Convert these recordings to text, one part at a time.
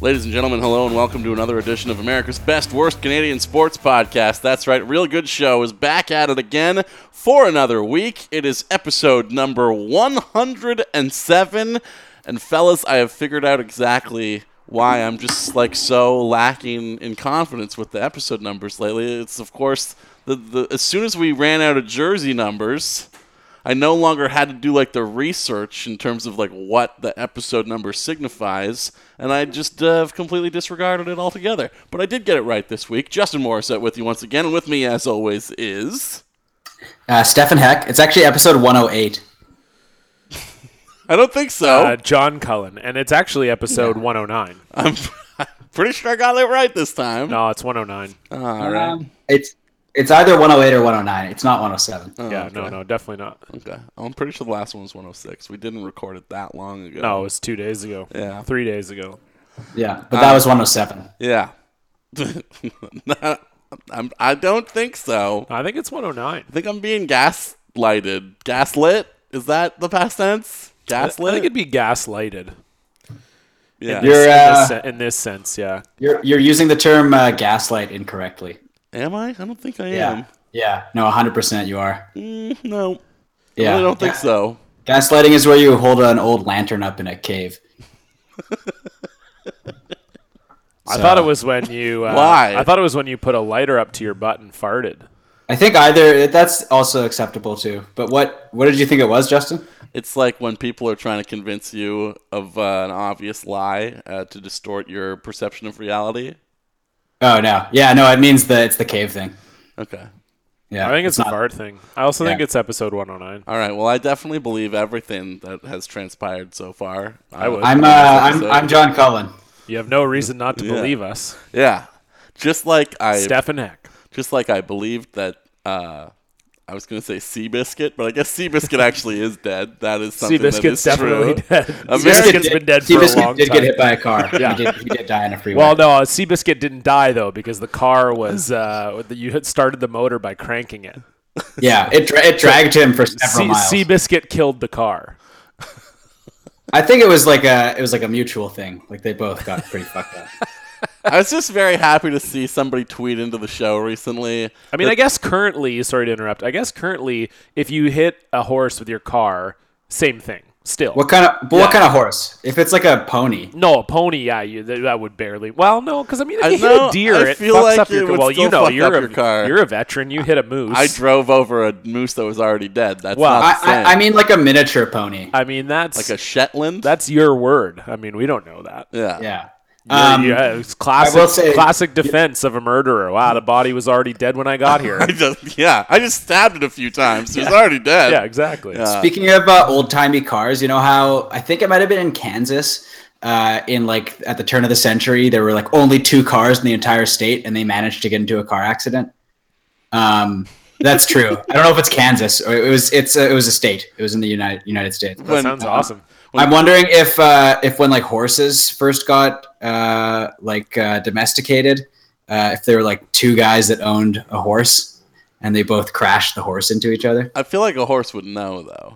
Ladies and gentlemen, hello and welcome to another edition of America's Best Worst Canadian Sports Podcast. That's right, Real Good Show is back at it again for another week. It is episode number 107. And fellas, I have figured out exactly why I'm just like so lacking in confidence with the episode numbers lately. It's of course the, the as soon as we ran out of jersey numbers, I no longer had to do like the research in terms of like what the episode number signifies, and I just uh, have completely disregarded it altogether. But I did get it right this week. Justin Morissette with you once again, and with me as always is uh, Stefan Heck. It's actually episode 108. I don't think so. Uh, John Cullen, and it's actually episode 109. I'm pretty sure I got it right this time. No, it's 109. All right. Um, it's it's either 108 or 109. It's not 107. Oh, yeah, okay. no, no, definitely not. Okay. Oh, I'm pretty sure the last one was 106. We didn't record it that long ago. No, it was two days ago. Yeah. Three days ago. Yeah, but Um, that was 107. Yeah. I'm, I don't think so. I think it's 109. I think I'm being gaslighted. Gaslit? Is that the past tense? Gaslit? I think it'd be gaslighted. yeah. You're, in, uh, this, se- in this sense, yeah. You're you're using the term uh, gaslight incorrectly. Am I? I don't think I Yeah. am. Yeah. No, 100% you are. Mm, no. Yeah. I don't think Yeah. so. Gaslighting is where you hold an old lantern up in a cave. I So- thought it was when you. Uh, Why? I thought it was when you put a lighter up to your butt and farted. I think either that's also acceptable too. But what what did you think it was, Justin? It's like when people are trying to convince you of uh, an obvious lie uh, to distort your perception of reality. Oh no, yeah, no, it means the it's the cave thing. Okay. Yeah, I think it's, a not- fart thing. I also think Yeah. it's episode 109. All right. Well, I definitely believe everything that has transpired so far. I would. I'm uh, I'm I'm John Cullen. You have no reason not to Yeah. believe us, Yeah. Just like I Stefan Heck. just like I believed that uh I was going to say Seabiscuit, but I guess Seabiscuit actually is dead. That is something that Seabiscuit's is definitely true. dead. American- Seabiscuit's been dead for Seabiscuit a long did time. get hit by a car. Yeah. he, did, he did die in a freeway. Well, no, uh, Seabiscuit didn't die though because the car was uh, the- you had started the motor by cranking it. yeah, it dra- it dragged him for several Se- miles. Seabiscuit killed the car. I think it was like a it was like a mutual thing. Like they both got pretty fucked up. I was just very happy to see somebody tweet into the show recently. I mean, I guess currently, sorry to interrupt. I guess currently, if you hit a horse with your car, same thing. Still, What kind of but what kind of horse? If it's like a pony, no, a pony. Yeah, you th- that would barely. Well, no, because I mean, if I you hit know, a deer, I it feel fucks like up it your. would well, still you know, fuck you're up a your car. you're a veteran. You hit a moose. I drove over a moose that was already dead. That's Well, not the I, same. I, I mean like a miniature pony. I mean, that's like a Shetland. that's your word. I mean, we don't know that. yeah. yeah. Yeah, Um, yeah, it's classic, will say- classic defense of a murderer. Wow, the body was already dead when I got here. I just yeah, I just stabbed it a few times. It was already dead. yeah, exactly. Yeah. Speaking of uh, old timey cars, you know how I think it might have been in Kansas. Uh, in like at the turn of the century, there were like only two cars in the entire state, and they managed to get into a car accident. Um, that's true. I don't know if it's Kansas or it was it's a, it was a state. It was in the United United States. When- uh, Sounds awesome. I'm wondering if uh, if when like horses first got uh, like uh, domesticated, uh, if there were like two guys that owned a horse, and they both crashed the horse into each other. I feel like a horse would know though.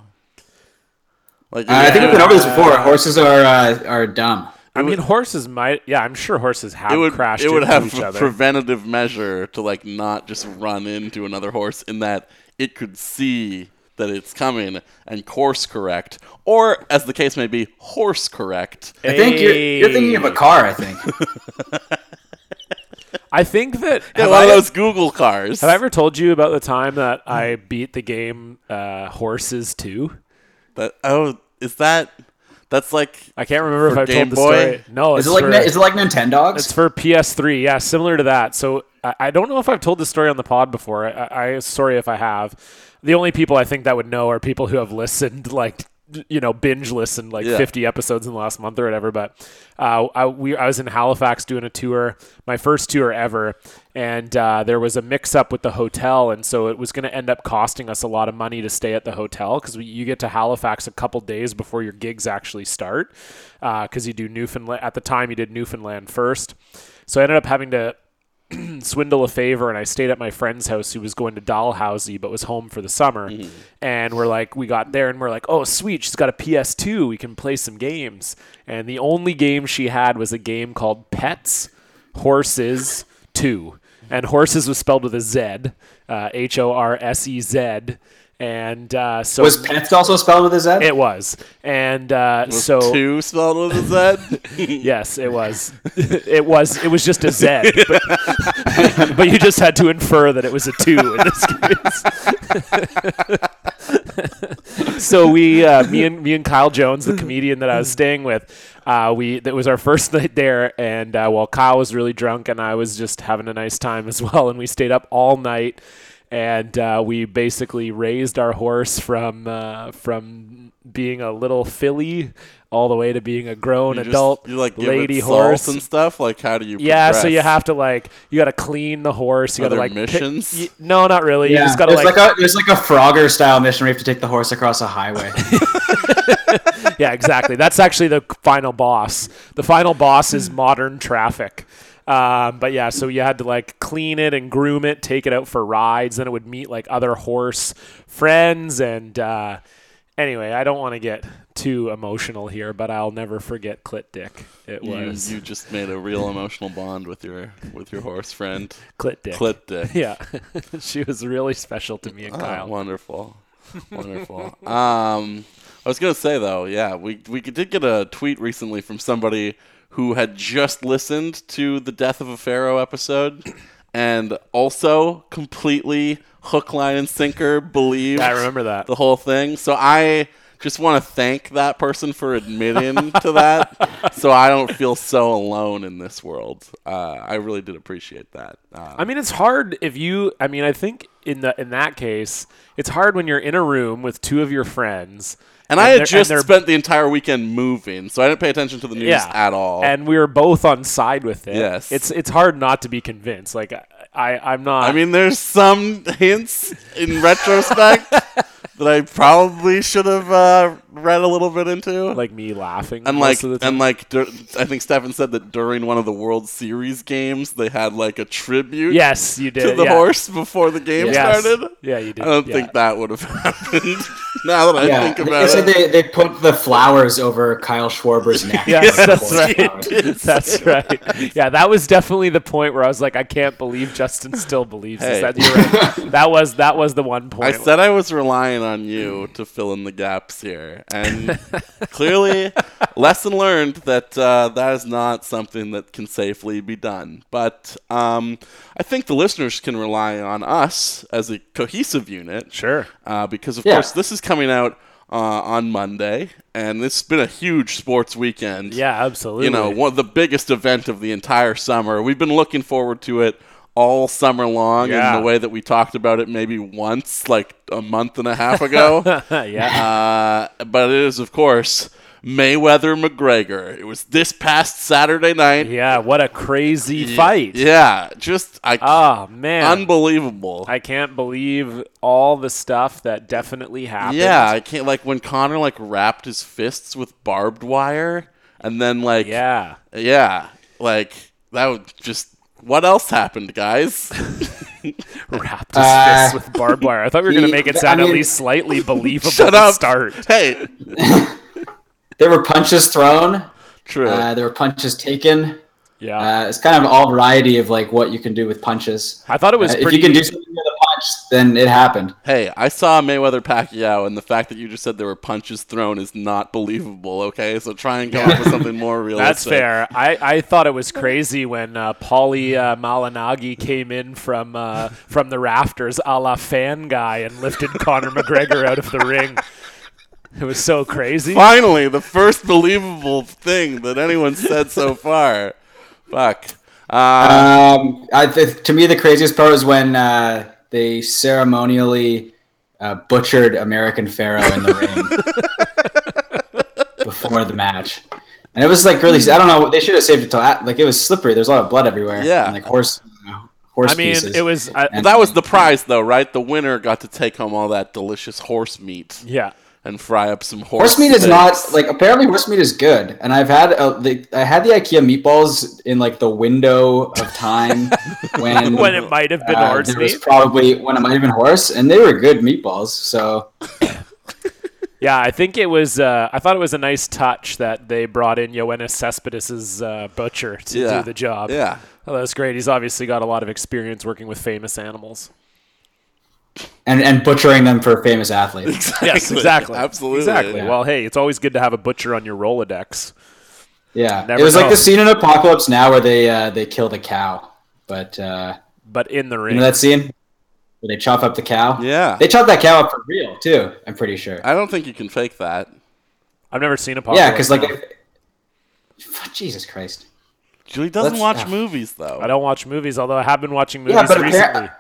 Like Uh, I think we've been over this before. Horses are uh, are dumb. I mean, horses might. Yeah, I'm sure horses have it would crashed it would into have each a other. preventative measure to like not just run into another horse in that it could see that it's coming and course correct or as the case may be horse correct I think you're you're thinking of a car. I think. I think that. yeah, have, one I, of those google cars have I ever told you about the time that I beat the game uh, Horses Two? That- oh is that that's like I can't remember For if I Game told the Boy? story. No, Is it's it like for, Ni- is it like Nintendogs? it's for PS3. Yeah, similar to that. So I, I don't know if I've told this story on the pod before. I, I sorry if I have. The only people I think that would know are people who have listened like you know binge listened like Yeah. 50 episodes in the last month or whatever but uh, I, we, I was in halifax doing a tour my first tour ever and uh, there was a mix up with the hotel and so it was going to end up costing us a lot of money to stay at the hotel because you get to halifax a couple days before your gigs actually start because you do newfoundland at the time you did newfoundland first so i ended up having to swindle a favor and I stayed at my friend's house who was going to Dalhousie but was home for the summer. And we're like, we got there and we're like, oh, sweet, she's got a PS2. We can play some games. And the only game she had was a game called Pets Horses 2. And horses was spelled with a Z, uh, H O R S E Z. And uh, so Was pets also spelled with a Z? it was. And uh, so. two spelled with a Z. Yes, it was. it was. It was just a Z, but, but you just had to infer that it was a two in this case. so we, uh, me and me and Kyle Jones, the comedian that I was staying with, uh, we that was our first night there, and uh, well, Kyle was really drunk, and I was just having a nice time as well, and we stayed up all night. And uh, we basically raised our horse from uh, from being a little filly all the way to being a grown You just- adult you like give lady it salt horse and stuff. Like how do you? yeah so you progress? have to like you got to clean the horse you Are got to there like pick- missions? y- no not really you just got to there's like, like, a there's like a Frogger style mission where you have to take the horse across a highway. yeah exactly that's actually the final boss the final boss is modern traffic um, but yeah so you had to like clean it and groom it take it out for rides then it would meet like other horse friends and uh, anyway i don't want to get too emotional here but i'll never forget clit dick it You, was you just made a real emotional bond with your with your horse friend, clit dick Clit Dick. yeah she was really special to me and Ah, kyle wonderful, wonderful. Um, I was gonna say though, yeah, we we did get a tweet recently from somebody who had just listened to the Death of a Pharaoh episode, and also completely hook, line, and sinker believed. I remember that. the whole thing. So I just want to thank that person for admitting to that, so I don't feel so alone in this world. Uh, I really did appreciate that. Uh, I mean, it's hard if you. I mean, I think in the in that case, it's hard when you're in a room with two of your friends. And, I they're- had just they're- spent the entire weekend moving, so I didn't pay attention to the news yeah, at all. and we were both on side with it. Yes. it's it's hard not to be convinced. Like I, I I'm not. I mean, there's some hints in retrospect that I probably should have uh, read a little bit into. like me laughing. and like, most of the and time. like, dur- I think Stefan said that during one of the World Series games, they had like a tribute yes, you did to the yeah. horse before the game Yes. started. Yeah, you did. I don't yeah. think that would have happened. now that I yeah, think they about said it, they, they put the flowers over Kyle Schwarber's neck. Yes, Like, that's horse flowers. right. that's right. Yeah, that was definitely the point where I was like, I can't believe Justin still believes Hey. this. That, you're right. that was that was the one I point. said I was relying on you to fill in the gaps here, and clearly, lesson learned that uh, that is not something that can safely be done. But um, I think the listeners can rely on us as a cohesive unit. sure. uh, because of Yeah. course this is coming out uh, on Monday, and it's been a huge sports weekend. Yeah, absolutely. you know, one of the biggest event of the entire summer. We've been looking forward to it all summer long Yeah. in the way that we talked about it maybe once, like a month and a half ago. yeah. uh, but it is, of course. Mayweather McGregor. It was this past Saturday night. Yeah, what a crazy fight. Yeah, just I, Oh man. unbelievable. I can't believe all the stuff that definitely happened. Yeah, I can't like when Connor like wrapped his fists with barbed wire and then like Yeah. yeah, like that would just what else happened, guys? Wrapped his Uh, fists with barbed wire. I thought we were gonna he- make it I sound at mean- least slightly believable Shut to up. start. Hey, There were punches thrown. true. Uh, there were punches taken. Yeah. Uh, it's kind of all variety of like what you can do with punches. I thought it was Uh, pretty If you can do something with a punch, then it happened. hey, I saw Mayweather Pacquiao and the fact that you just said there were punches thrown is not believable, okay? So try and come up with something more realistic. That's fair. I, I thought it was crazy when uh, Paulie uh, Malinagi came in from uh, from the rafters, a la fan guy, and lifted Conor McGregor out of the ring. It was so crazy. Finally, the first believable thing that anyone said so far. Fuck. Uh, Um, I, th- to me, the craziest part was when uh, they ceremonially uh, butchered American Pharaoh in the ring. before the match. And it was like really, I don't know, they should have saved it till at, like it was slippery. There's a lot of blood everywhere. Yeah. and, like horse, you know, horse I mean, pieces. it was. I, And- That was the prize, though, right? The winner got to take home all that delicious horse meat yeah. and fry up some horse. horse meat is steaks. not like apparently horse meat is good. And I've had uh the, I had the IKEA meatballs in like the window of time when When it might have been uh, horse there was meat. probably when it might have been horse, and they were good meatballs. So Yeah, I think it was. Uh, I thought it was a nice touch that they brought in Ioannis Cespedes' uh, butcher to Yeah. do the job. Yeah. oh, that's great. He's obviously got a lot of experience working with famous animals. and and butchering them for famous athletes. Exactly. Yes, exactly. Absolutely. Exactly. Well, hey, it's always good to have a butcher on your Rolodex. Yeah, Never it was like know. the scene in Apocalypse Now where they uh, they kill the cow, but uh, But in the you ring, know that scene where they chop up the cow. Yeah. they chop that cow up for real too. I'm pretty sure. I don't think you can fake that. I've never seen a yeah, because like, Fuck, Jesus Christ. Julie doesn't Let's- Ah. watch yeah. movies, though. I don't watch movies, although I have been watching movies Yeah, but recently. apparently,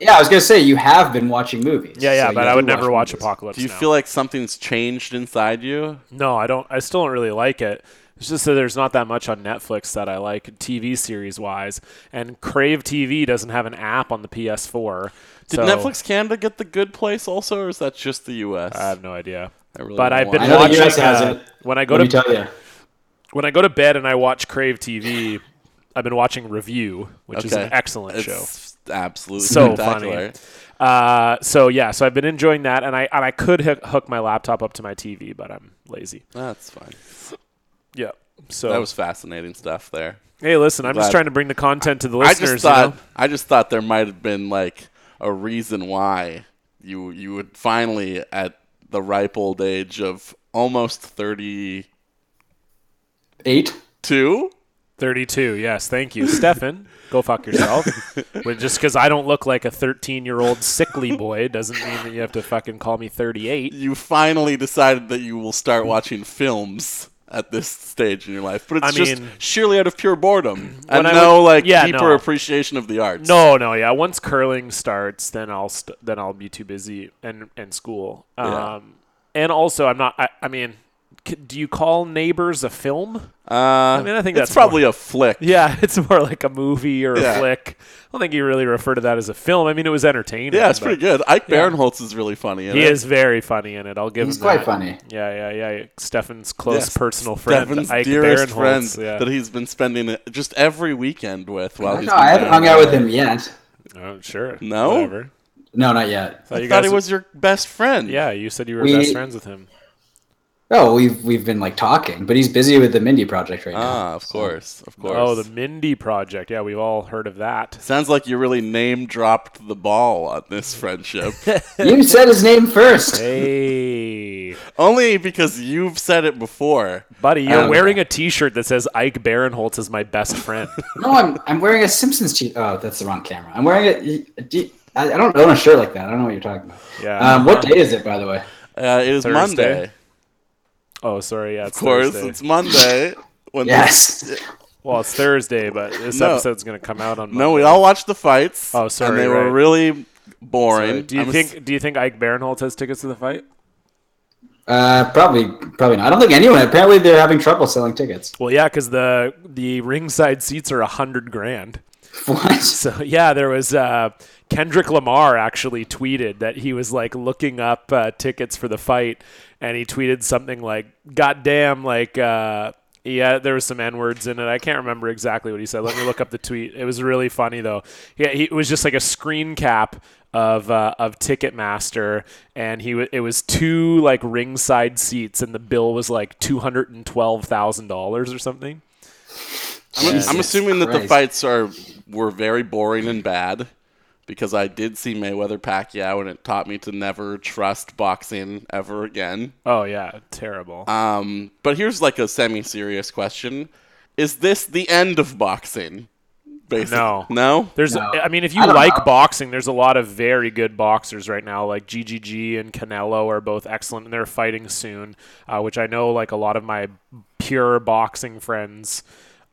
yeah, I was gonna say you have been watching movies. yeah, yeah, so but you I would do never watch movies. Apocalypse. Do you Now. feel like something's changed inside you? No, I don't. I still don't really like it. It's just that there's not that much on Netflix that I like TV series wise, and Crave TV doesn't have an app on the PS4. Did so Netflix Canada get the good place also, or is that just the U.S.? I have no idea. I really But don't I've been want I know the watching. US has uh, it. When I go Let me to tell you, when I go to bed and I watch Crave TV, I've been watching Review, which is an excellent show. it's Absolutely so spectacular. funny. Uh, so yeah, so I've been enjoying that, and I and I could hook hook my laptop up to my TV, but I'm lazy. That's fine. Yeah. So That was fascinating stuff there. hey, listen, I'm just glad- trying to bring the content to the I listeners. just thought you know? I just thought there might have been like a reason why you you would finally at the ripe old age of almost 32 eight. 32. Yes, thank you, Stefan. Go fuck yourself. But just because I don't look like a 13 year old sickly boy doesn't mean that you have to fucking call me 38. you finally decided that you will start watching films at this stage in your life. But it's I just mean- sheerly out of pure boredom and I no would- like yeah, deeper no. appreciation of the arts. No, no, yeah. Once curling starts, then I'll st- then I'll be too busy and and school. Um, and also I'm not. I, I mean, c- do you call Neighbors a film? Uh, I mean, I think it's that's probably a flick. Yeah, it's more like a movie or a Yeah. flick. I don't think you really refer to that as a film. I mean, it was entertaining. Yeah, it's but pretty good. Ike Barinholtz is really funny. In He it. is very funny in it. I'll give He's him quite that. funny. Yeah, yeah, yeah. Stefan's close Yes, personal friend, Devin's Ike dearest Barinholtz. friend yeah. that he's been spending just every weekend with. While I he's know. been I haven't down hung out there. with him yet. oh, sure. No? Whatever. No, not yet. Thought I you thought guys- he was your best friend. Yeah, you said you were We- best friends with him. Oh, we've we've been like talking, but he's busy with the Mindy project right now. Ah, of course, of course. Oh, the Mindy Project. Yeah, we've all heard of that. Sounds like you really name dropped the ball on this friendship. You said his name first. Hey, Only because you've said it before. buddy, I you're Um, don't wearing a T-shirt that says Ike Barinholtz is my best friend. No, I'm I'm wearing a Simpsons cheat. Oh, that's the wrong camera. I'm wearing a. a D- I I don't own a shirt like that. I don't know what you're talking about. Yeah. Um, what day is it, by the way? Uh, it is Thursday? Monday. Of oh, sorry. Yeah, it's course, Thursday. it's Monday. When Yes. well, it's Thursday, but this No. episode's gonna come out on. The, no, we Monday. all watched the fights. Oh, sorry, And they right. were really boring. Sorry. Uh, Do you I'm a s- think? do you think Ike Barinholtz has tickets to the fight? Uh, probably, probably not. I don't think anyone. Apparently, they're having trouble selling tickets. Well, yeah, because the the ringside seats are a hundred grand. What? So yeah, there was uh, Kendrick Lamar actually tweeted that he was like looking up uh, tickets for the fight, and he tweeted something like "Goddamn!" Like uh, yeah, there was some n words in it. I can't remember exactly what he said. Let me look up the tweet. It was really funny though. Yeah, he, it was just like a screen cap of uh, of Ticketmaster, and he w- it was two like ringside seats, and the bill was like two hundred and twelve thousand dollars or something. I'm, Jesus I'm assuming that the Christ. fights are were very boring and bad because I did see Mayweather Pacquiao and it taught me to never trust boxing ever again. Oh yeah, terrible. Um, but here's like a semi-serious question: Is this the end of boxing? Basically, No. no. There's, No. I mean, if you I don't like know. boxing, there's a lot of very good boxers right now. Like GGG and Canelo are both excellent, and they're fighting soon. Uh, which I know, like a lot of my pure boxing friends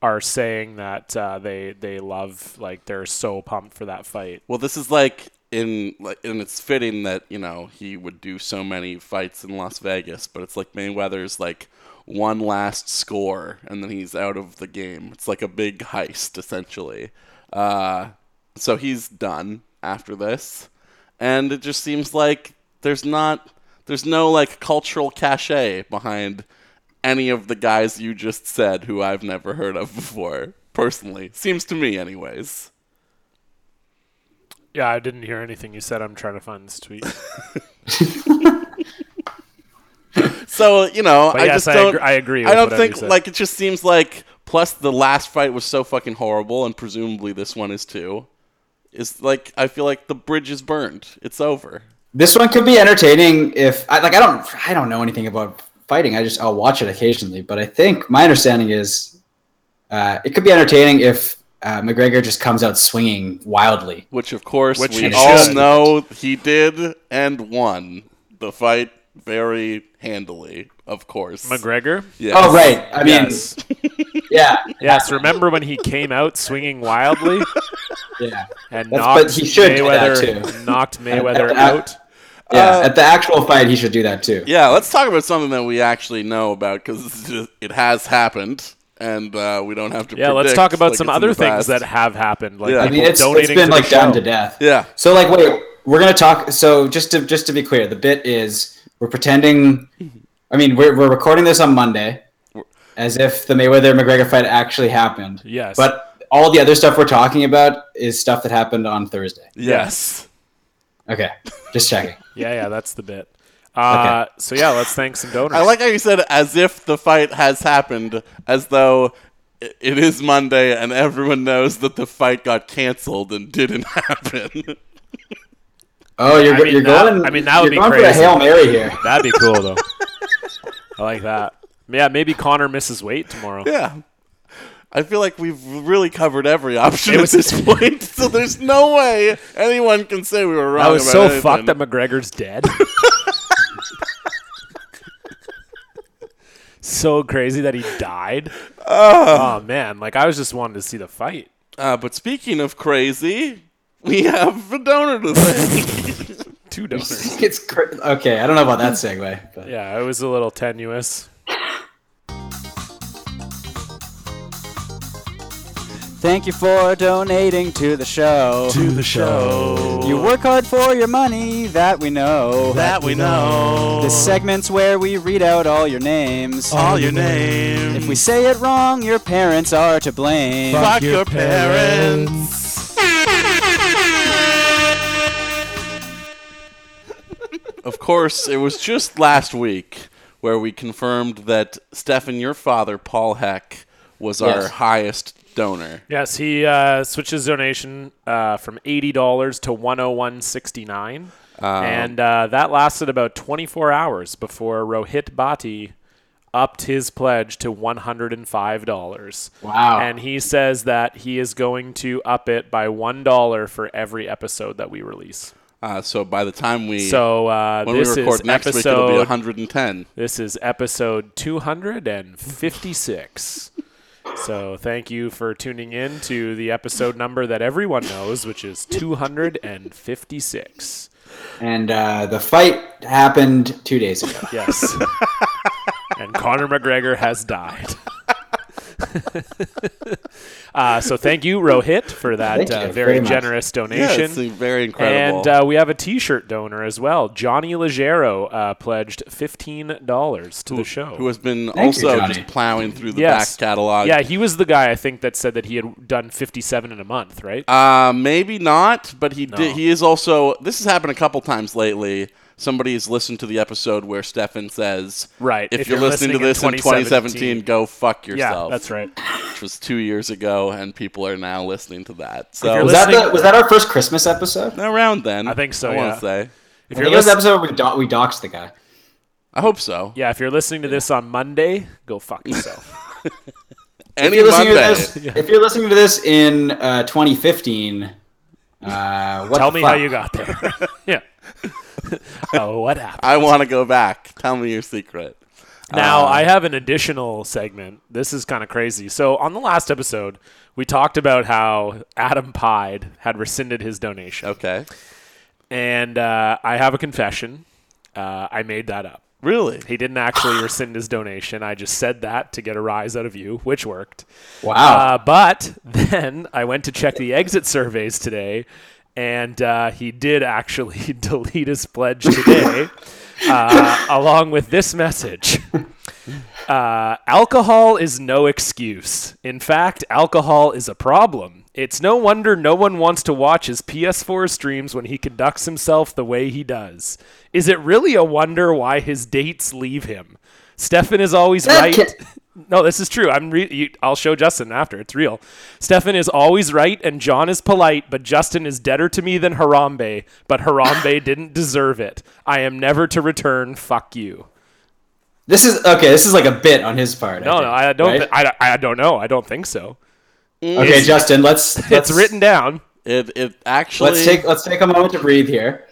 are saying that uh, they they love, like they're so pumped for that fight. Well, this is like in like, and it's fitting that you know he would do so many fights in Las Vegas, but it's like Mayweather's like one last score and then he's out of the game. It's like a big heist essentially. Uh, so he's done after this, and it just seems like there's not there's no like cultural cachet behind any of the guys you just said who I've never heard of before. Personally, seems to me, anyways. Yeah, I didn't hear anything you said. I'm trying to find this tweet. So you know, But I yes, just I don't. agr- I agree I with don't whatever think you said. like it just seems like. Plus, the last fight was so fucking horrible, and presumably this one is too. Is like I feel like the bridge is burned. It's over. This one could be entertaining if I like I don't I don't know anything about fighting. I just I'll watch it occasionally, but I think my understanding is uh, it could be entertaining if uh, McGregor just comes out swinging wildly. Which, of course, Which we he all should. know he did and won the fight very handily, of course. McGregor? Yes. Oh right. I mean, Yes. yeah, Yes, remember when he came out swinging wildly yeah. and That's- knocked but he should do that Mayweather too. knocked Mayweather Uh, out? Yeah, Uh, at the actual fight, he should do that too. Yeah, let's talk about something that we actually know about because it has happened and uh, we don't have to Yeah, let's predict, talk about like some it's in other the things past. that have happened. Like Yeah. I people I mean, it's, it's donating been to like the done show. to death. Yeah. So like, wait, we're gonna talk. So just to just to be clear, the bit is we're pretending. I mean, we're we're recording this on Monday, as if the Mayweather McGregor fight actually happened. Yes. But all the other stuff we're talking about is stuff that happened on Thursday. Yes. Okay, just checking. Yeah, yeah, that's the bit. Uh, So yeah, let's thank some donors. I like how you said as if the fight has happened, as though i- it is Monday and everyone knows that the fight got canceled and didn't happen. Oh, you're I go- mean, you're that- going. I mean, that would you're be going crazy. for a hail mary here. That'd be cool though. I like that. Yeah, maybe Connor misses weight tomorrow. yeah. I feel like we've really covered every option It was- at this point, so there's no way anyone can say we were wrong. I was about so anything. fucked that McGregor's dead. so crazy that he died. Ah. Oh man, like I was just wanting to see the fight. Uh, but speaking of crazy, we have a donor to thank. Two donors. It's cra- okay. I don't know about that segue. But. yeah, it was a little tenuous. Thank you for donating to the show. To the show. You work hard for your money, that we know. that we know. This segment's where we read out all your names. All your name. If we say it wrong, your parents are to blame. fuck your parents. of course, it was just last week where we confirmed that Stefan, your father, Paul Heck, was our Yes. highest donor. Yes, he uh, switches donation uh, from eighty dollars to one hundred one sixty nine, Uh-huh. and uh, that lasted about twenty four hours before Rohit Bhatti upped his pledge to one hundred and five dollars. Wow. And he says that he is going to up it by one dollar for every episode that we release. Uh, so by the time we So uh, when we this record is next week, episode it'll be 110. this is episode 256. so thank you for tuning in to the episode number that everyone knows, which is 256. And uh, the fight happened two days ago. Yes. and Conor McGregor has died. uh, so thank you, Rohit, for that Thank uh, you very very much. generous Yeah, donation. it's uh, very incredible. And uh, we have a T-shirt donor as well. Johnny Leggero uh, pledged fifteen dollars to the show. who has been Thank you, also Johnny. just plowing through the Yes. back catalog. Yeah, he was the guy I think that said that he had done 57 in a month, right? Uh, maybe not, but he No. did. He is also. This has happened a couple times lately. Somebody's listened to the episode where Stefan says, Right, if, you're, listening, to in this in 2017, go fuck yeah, yourself." that's right. Which was two years ago, and people are now listening to that. you're So Was that, the, was that our first Christmas episode? around then, I think so, I want yeah. to say. If I you're think it was the lis- episode where we, do- we doxed the guy. I hope so. yeah, if you're listening to this on Monday, go fuck yourself. Any If you're listening Monday. to this, if you're listening to this in uh, 2015, uh, what Tell the me fuck? how you got there. yeah. oh, what happened? I want to go back. Tell me your secret. Uh, Now, I have an additional segment. This is kind of crazy. So, on the last episode, we talked about how Adam Pied had rescinded his donation. Okay. And uh, I have a confession. Uh, I made that up. Really? He didn't actually rescind his donation. I just said that to get a rise out of you, which worked. Wow. Uh, but then I went to check the exit surveys today, and uh, he did actually delete his pledge today, uh, along with this message. Uh, alcohol is no excuse. In fact, alcohol is a problem. It's no wonder no one wants to watch his PS4 streams when he conducts himself the way he does. Is it really a wonder why his dates leave him? Stefan is always That right. can't- No, this is true. I'm re- you, I'll show Justin after. It's real. Stefan is always right and John is polite, but Justin is deader to me than Harambe, but Harambe didn't deserve it. I am never to return. Fuck you. this is okay. This is like a bit on his part. No, think, no, I don't. right? thi- I, I don't know. I don't think so. okay, Justin, let's let's It's written down. It it actually Let's take let's take a moment to breathe here.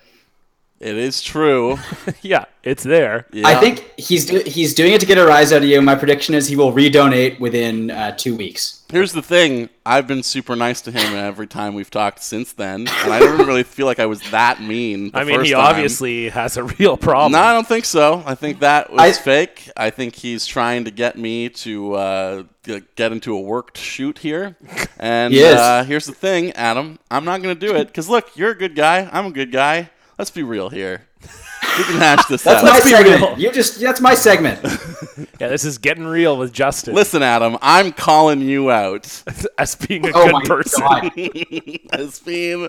it is true. Yeah, it's there. Yeah. I think he's do, he's doing it to get a rise out of you. My prediction is he will redonate within uh, two weeks. Here's the thing. I've been super nice to him every time we've talked since then, and I don't really feel like I was that mean. the I mean, first he time. obviously has a real problem. No, I don't think so. I think that was I- fake. I think he's trying to get me to uh, g- get into a worked shoot here. And Yes. uh, here's the thing, Adam. I'm not going to do it because look, you're a good guy. I'm a good guy. Let's be real here. We can hash this That's out. my be segment. real. You just that's my segment. yeah, this is getting real with Justin Listen, Adam. I'm calling you out as being a Oh my good person. god. as being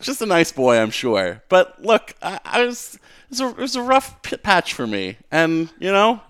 just a nice boy, I'm sure. But look, I, I was. It was, a, it was a rough p- patch for me. And, you know,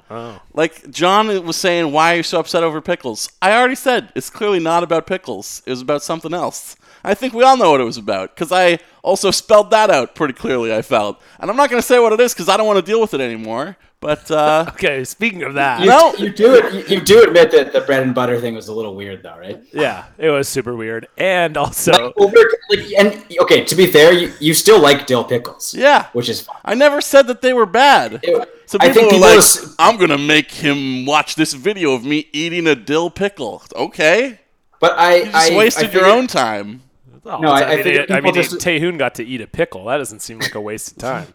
Like John was saying, why are you so upset over pickles? I already said it's clearly not about pickles. It was about something else. I think we all know what it was about because I also spelled that out pretty clearly. I felt, and I'm not going to say what it is because I don't want to deal with it anymore. But uh, Okay, speaking of that, You, No. you do it. You, you do admit that the bread and butter thing was a little weird, though, right? yeah, it was super weird. And also, Well, we're, like, and okay, to be fair, you, you still like dill pickles. Yeah. which is fine. I never said that they were bad. It- so I people, were think people like, ass- "I'm going to make him watch this video of me eating a dill pickle." Okay, But I you just I, wasted I your figured- own time. Oh, No, I- I mean, figured it- I people mean, just- Taehoon got to eat a pickle. That doesn't seem like a waste of time.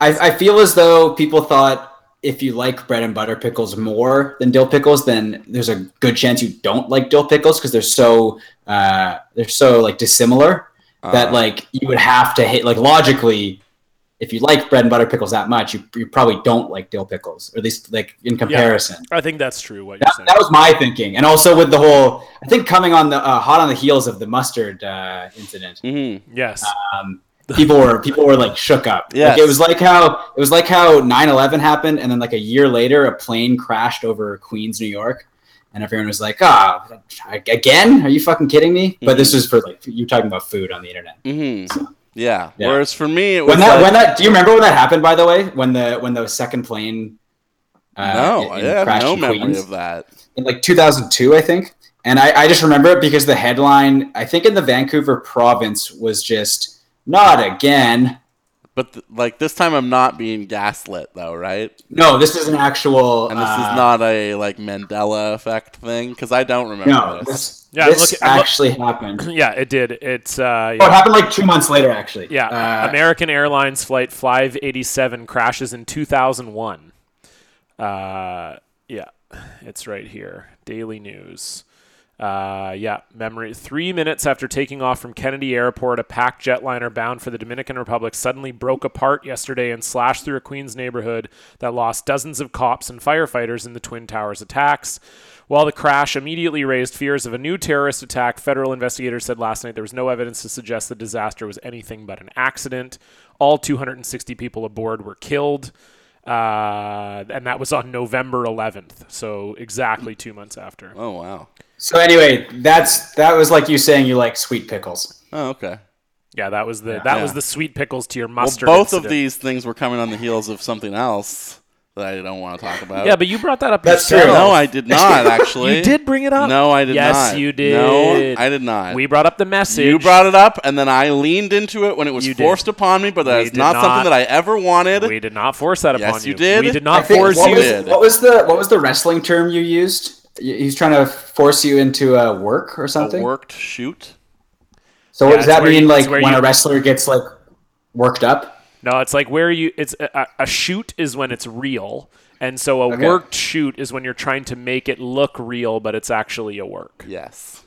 I, I feel as though people thought if you like bread and butter pickles more than dill pickles, then there's a good chance you don't like dill pickles because they're so uh, they're so like dissimilar that like you would have to hate like logically. If you like bread and butter pickles that much, you, you probably don't like dill pickles, or at least like in comparison. I think that's true. What you're That, saying. that was my thinking, and also with the whole, I think coming on the uh, hot on the heels of the mustard uh, incident, hmm yes. people were people were like shook up. Yes. Like it was like how it was like how 9/11 happened and then like a year later a plane crashed over Queens, New York. And everyone was like, "Ah, again? Are you fucking kidding me?" But Mm-hmm. this was for like you talking about food on the internet. hmm Yeah. Yeah. Whereas for me, it was When that, like- when that, do you remember when that happened? By the way, when the when the second plane, uh, no, in- I have crashed no in memory Queens? of that. in like 2002, I think. And I, I just remember it because the headline, I think in the Vancouver province, was just "Not again." But th- like this time, I'm not being gaslit though, right? No, this is an actual. And this uh, is not a like Mandela effect thing because I don't remember No, this. this, Yeah, this look- I'm look- actually happened. yeah, it did. It's uh, Oh, yeah. it happened like two months later, actually. Yeah, Uh, American Airlines flight 587 crashes in 2001. Uh, yeah, it's right here. Daily News. Uh, yeah, memory. Three minutes after taking off from Kennedy Airport, a packed jetliner bound for the Dominican Republic suddenly broke apart yesterday and slashed through a Queens neighborhood that lost dozens of cops and firefighters in the Twin Towers attacks. While the crash immediately raised fears of a new terrorist attack, federal investigators said last night there was no evidence to suggest the disaster was anything but an accident. All 260 people aboard were killed, uh, and that was on November 11th, so exactly two months after. Oh wow. so anyway, that's that was like you saying you like sweet pickles. Oh okay. Yeah, that was the that was the sweet pickles to your mustard. well, both of incident. these things were coming on the heels of something else that I don't want to talk about. Yeah, but you brought that up. That's yourself. true. no, I did not actually. You did bring it up. No, I did yes, not. you did. No, I did not. We brought up the message. you brought it up, and then I leaned into it when it was You did. forced upon me. But that We is did not, something not. that I ever wanted. We did not force that Yes, upon you did. We did I not think- force what you. was, did. What was the what was the wrestling term you used? Y- He's trying to force you into a work or A something. worked shoot. So what Yeah, does it's that where you- mean? it's like where when you- a wrestler gets like worked up? No, it's like where you it's a, a shoot is when it's real, and so a worked shoot is when you're trying to make it look real, but it's actually a work. Yes.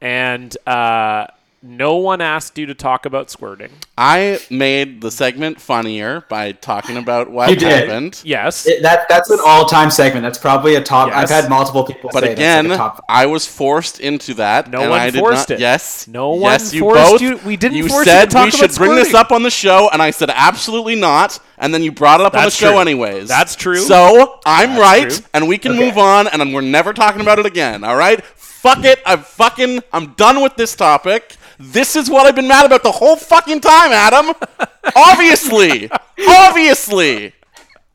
And uh, no one asked you to talk about squirting. I made the segment funnier by talking about what You did. happened. Yes, It- that that's an all-time segment. That's probably a top. Yes. I've had multiple people But say again, that's like a top. I was forced into that. No and one I did forced not- it. Yes. No yes, one you forced both, you- we didn't You force you to said talk we about should bring this squirting. up on the show, and I said absolutely not. And then you brought it up on the That's show true. anyways. That's true. So I'm That's right, true. and we can move on, and I'm- we're never talking about it again. All right. Fuck it. I'm fucking. I'm done with this topic. This is what I've been mad about the whole fucking time, Adam. Obviously. Obviously.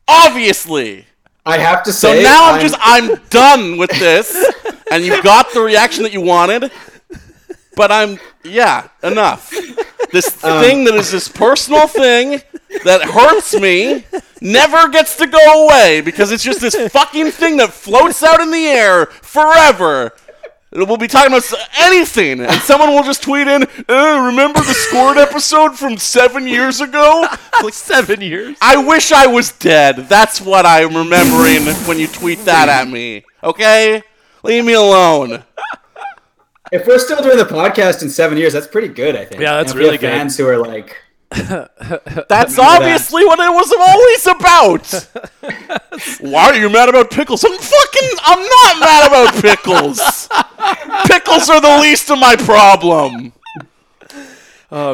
Obviously. I have to So say. now I'm, just I'm done with this, and you got the reaction that you wanted. But I'm yeah enough. This thing that is this personal thing that hurts me never gets to go away because it's just this fucking thing that floats out in the air forever. We'll be talking about s- anything, and someone will just tweet in, "Uh, "Remember the scored episode from seven years ago?" Like seven years. I wish I was dead. That's what I'm remembering when you tweet that at me. Okay? Leave me alone. If we're still doing the podcast in seven years, that's pretty good. I think. Yeah, that's And if we have really good. Fans who are like, That's Remember that. obviously what it was always about. Why are you mad about pickles? I'm fucking I'm not mad about pickles. Pickles are the least of my problem. Oh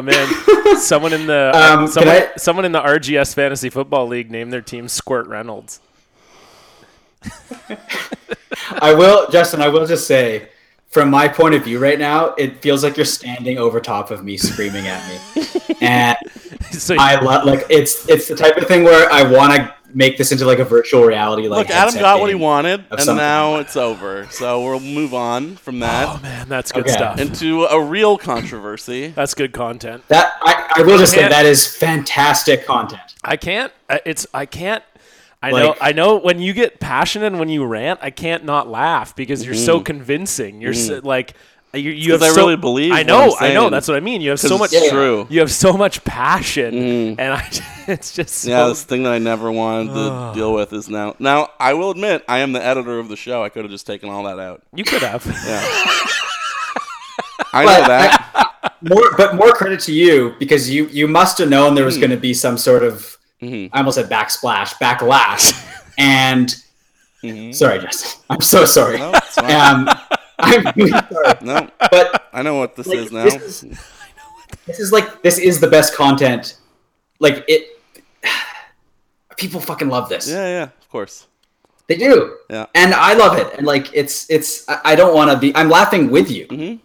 man, someone in the uh, Um, someone, can I- someone in the RGS Fantasy Football League named their team Squirt Reynolds. I will, Justin. I will just say, from my point of view right now, it feels like you're standing over top of me, screaming at me, and So I love like it's it's the type of thing where I want to make this into like a virtual reality. Like Look, Adam headset got what he game. wanted, and something. now it's over. So we'll move on from oh that man, that's good Okay. stuff. into a real controversy. that's good content. That I, I will just say can't- that is fantastic content. I can't. I- It's I can't. I Like- know. I know when you get passionate and when you rant, I can't not laugh because you're so Mm-hmm. convincing. You're so, like. You, you have 'Cause I so- really believe I what know. I'm I know. saying. That's what I mean. You have so much. it's true. You have so much passion, Mm-hmm. and I. It's just. So, Yeah, this thing that I never wanted to deal with is now. Now I will admit I am the editor of the show. I could have just taken all that out. You could have. I But know that. More, but more credit to you because you you must have known Hmm. there was going to be some sort of Mm-hmm. I almost said backsplash, backlash, and Mm-hmm. sorry, Justin, I'm so sorry. No, it's fine. Um, I'm really sorry, no, but I know what this Like, is now. This is, this is like this is the best content. Like it, people fucking love this. yeah, yeah, of course. They do, Yeah. and I love it. And like it's it's I I don't want to be. I'm laughing with you. Mm-hmm.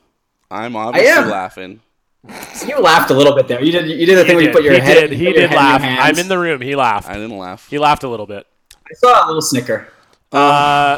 I'm obviously am. laughing. You laughed a little bit there. You did you did the thing where you put your he head. did. you He put your head did your laugh. hands. I'm in the room. He laughed. I didn't laugh. He laughed a little bit. I saw a little snicker. Uh,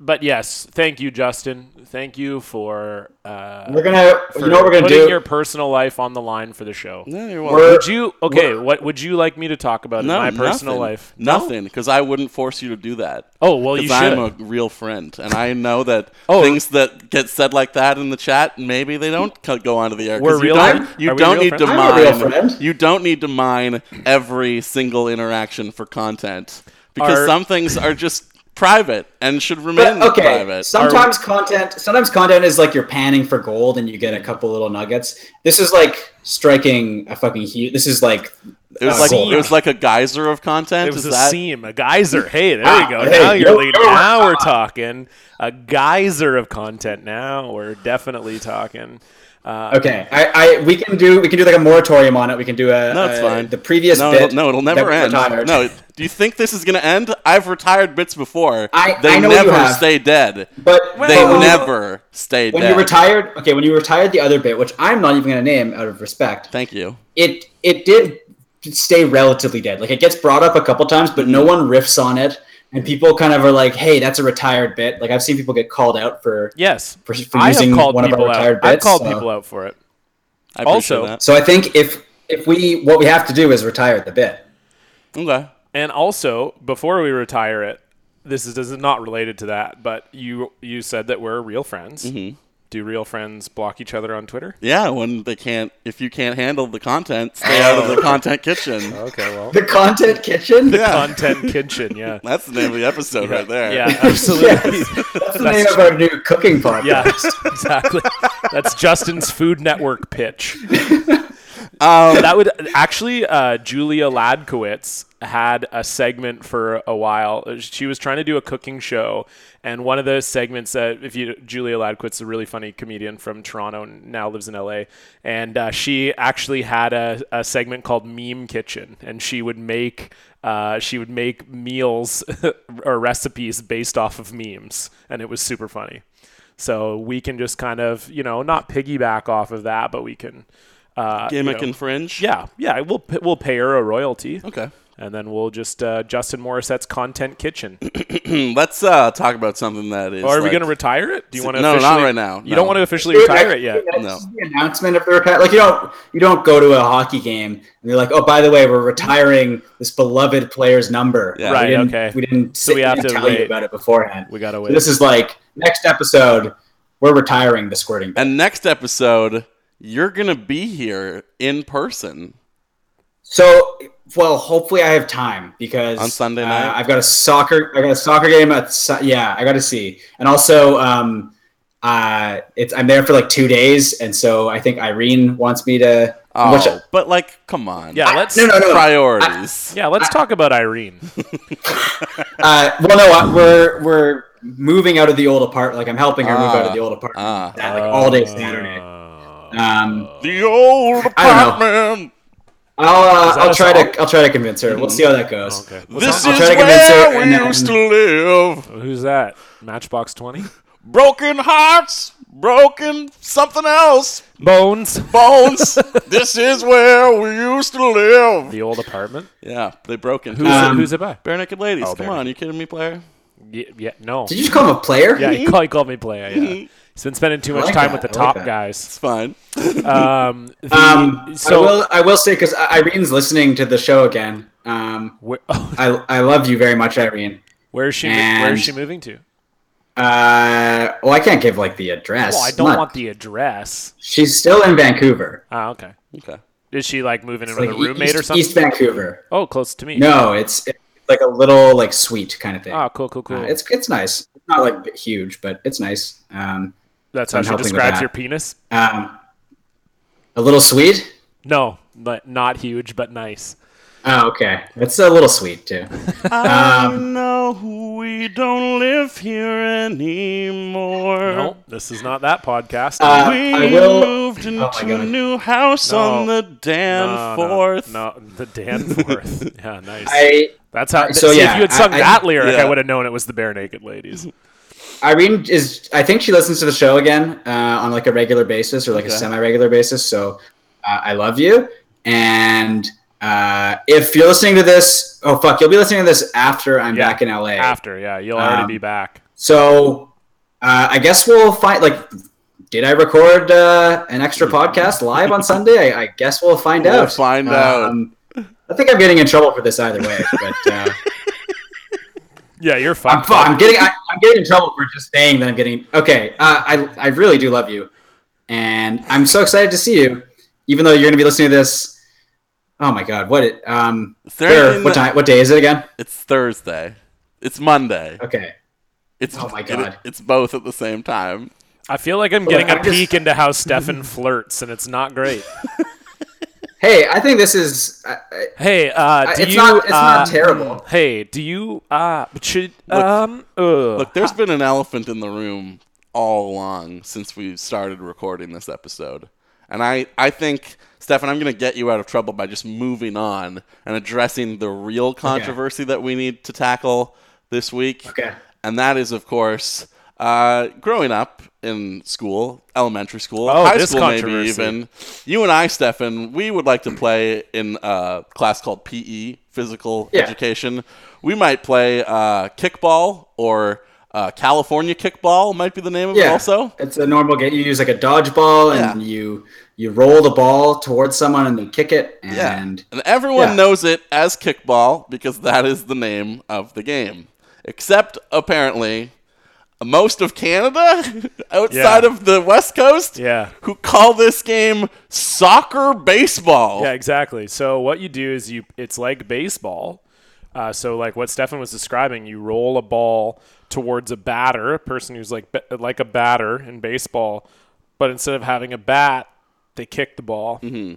but yes, thank you, Justin. Thank you for, uh, We're gonna. for you know what we're gonna putting do? your personal life on the line for the show. Yeah, you're We're- welcome. Would you? Okay, what would you like me to talk about No, in my personal nothing. life? Nothing, because I wouldn't force you to do that. Oh well, you Because should. I'm a real friend, and I know that Oh. things that get said like that in the chat, maybe they don't co- go onto the air. 'cause We're you real don't- friends? Are You we don't real need to friends? I'm a real mine. friend. You don't need to mine every single interaction for content because Are- some things are just private and should remain But, okay. private. Sometimes content. Sometimes content is like you're panning for gold and you get a couple little nuggets. This is like striking a fucking huge. This is like. it was uh, like E gold. it was like a geyser of content. It was Is a that? seam, a geyser. Hey, there Ah, you go. hey, now you're yo, leading. yo, Now we're talking. A geyser of content. Now we're definitely talking. Uh, Okay, I, I we can do we can do like a moratorium on it. We can do a No, it's a- fine. The previous No, bit. it'll, no, it'll that never we end. retired. No, it- do you think this is gonna end? I've retired bits before. I- they I know you never have. stay dead. but they but when you- never stay When dead. you retired, okay, when you retired the other bit, which I'm not even going to name out of respect, Thank you. it it did stay relatively dead. Like it gets brought up a couple times, but no one riffs on it, and people kind of are like, "Hey, that's a retired bit." Like I've seen people get called out for Yes, for, for I using have called one of our people retired out. bits. I've called so. people out for it. I appreciate Also- that. So I think if if we what we have to do is retire the bit. okay. And also, before we retire it, this is, this is not related to that, but you you said that we're real friends. Do real friends block each other on Twitter? Yeah, when they can't, if you can't handle the content, stay out of the content kitchen. Okay, well, The content kitchen. Yeah, content kitchen, yeah, that's the name of the episode right there. yeah, absolutely, That's the name of our new cooking podcast. Yeah, exactly. That's Justin's Food Network pitch. Um, That would actually, uh, Julia Ladkowitz had a segment for a while. She was trying to do a cooking show, and one of those segments that, if you, Julia Ladkowitz is a really funny comedian from Toronto and now lives in LA, and uh, she actually had a, a segment called Meme Kitchen, and she would make. Uh, she would make meals or recipes based off of memes, and it was super funny. So we can just kind of, you know, not piggyback off of that, but we can uh, you gimmick know- and fringe. yeah, yeah, we'll p- we'll pay her a royalty, Okay. and then we'll just uh, Justin Morissette's Content Kitchen. Hmm, Let's uh, talk about something that is. Or are we like- going to retire it? Do you want to? No, not right now, You no. don't want to officially Dude, retire I- it yet. that's No. just The announcement of the retire, like you don't you don't go to a hockey game and they're like, oh, by the way, we're retiring this beloved player's number. Yeah. We Right, didn't- okay. We didn't. So Sit we here have and to tell wait. you about it beforehand. We gotta So wait. this is like next episode. We're retiring the squirting. Bit. And next episode, you're gonna be here in person. So well, hopefully I have time because On Sunday uh, night? I've got a soccer. I got a soccer game at Su- yeah. I got to see, and also um, uh, it's I'm there for like two days, and so I think Irene wants me to. Oh, which- but like, come on. Yeah, let's no, no, no. Priorities. yeah, let's talk about Irene. Uh, well, no, uh, we're we're moving out of the old apartment. Like I'm helping her move out of the old apartment Ah. that, like, all day Saturday. Oh. Um, the old I don't know. apartment. I'll uh, that I'll a try song? to I'll try to convince her. We'll see how that goes. Mm-hmm. Okay, This I'll is try to convince her where and we then- used to live. who's that? Matchbox Twenty. Broken hearts, broken something else, Bones. bones. this is where we used to live. The old apartment. Yeah, they broke into Who's it. Oh, it, Um, who's it by? Bare naked ladies. Come Bare on, you kidding me, player? Yeah, yeah no. Did you just call him a player? Yeah, he called, he called me playa. Yeah. He's been spending too much like time that, with the I like top that. guys. It's fine. Um, the- Um, so I will I will say because Irene's listening to the show again. Um, where, I I love you very much, Irene. where is she? Where And- is she moving to? Uh, well, I can't give like the address. Well, I don't Look, want the address. She's still in Vancouver. Ah, okay. Okay. Is she like moving in Like e- with a roommate East, or something? East Vancouver. Oh, close to me. No, it's, it's like a little like suite kind of thing. Oh, cool, cool, cool. Uh, it's it's nice. It's not like huge, but it's nice. Um, That's how I'm she helping with describes that. your penis. um, a little sweet. No, but not huge, but nice. Oh, okay. It's a little sweet too. Um, No, we don't live here anymore. No, this is not that podcast. uh, We I will. Oh, moved my into a God. new house No. on the no, no, Danforth. No, the Danforth. yeah, nice. I That's how. so, see, if yeah, you had sung I- I- that lyric, Yeah. I would have known it was the bare naked ladies. Irene is. I think she listens to the show again uh, on like a regular basis or like Okay. a semi-regular basis. So uh, I love you. And uh, if you're listening to this, oh fuck, you'll be listening to this after I'm Yeah, back in LA. After, yeah, you'll already Um, be back. So uh, I guess we'll find like. Did I record uh, an extra podcast live on Sunday? I, I guess we'll find We'll out. Um, find out. I think I'm getting in trouble for this either way, but uh, Yeah, you're I'm, fucked. fu- I'm getting I, I'm getting in trouble for just saying that I'm getting okay. Uh, I I really do love you, and I'm so excited to see you, even though you're going to be listening to this. Oh my god, what it um Is there where, anything what that- time what day is it again? It's Thursday. It's Monday. Okay, It's Oh my it- God. it's both at the same time. I feel like I'm getting I'm a just- peek into how Stefan flirts, and it's not great. hey, I think this is I, I, Hey, uh, do it's you? not it's uh, not terrible. Hey, do you? Uh, should um? ugh. Look, there's been an elephant in the room all along since we started recording this episode. And I, I think, Stefan, I'm going to get you out of trouble by just moving on and addressing the real controversy that we need to tackle this week. Okay. And that is, of course, uh, growing up in school, elementary school, Oh, high this school, maybe controversy. even. You and I, Stefan, we would like to play in a class called PE, physical Yeah. education. We might play uh, kickball or uh, California kickball might be the name of it. Yeah, Also, it's a normal game. You use like a dodgeball, and you you roll the ball towards someone, and they kick it, yeah, and and, everyone yeah. knows it as kickball because that is the name of the game. Except apparently, most of Canada outside Yeah. of the West Coast Yeah. who call this game soccer baseball. Yeah, exactly. So what you do is you it's like baseball. Uh, so like what Stefan was describing, you roll a ball towards a batter, a person who's like ba- like a batter in baseball, but instead of having a bat, they kick the ball. Mm-hmm.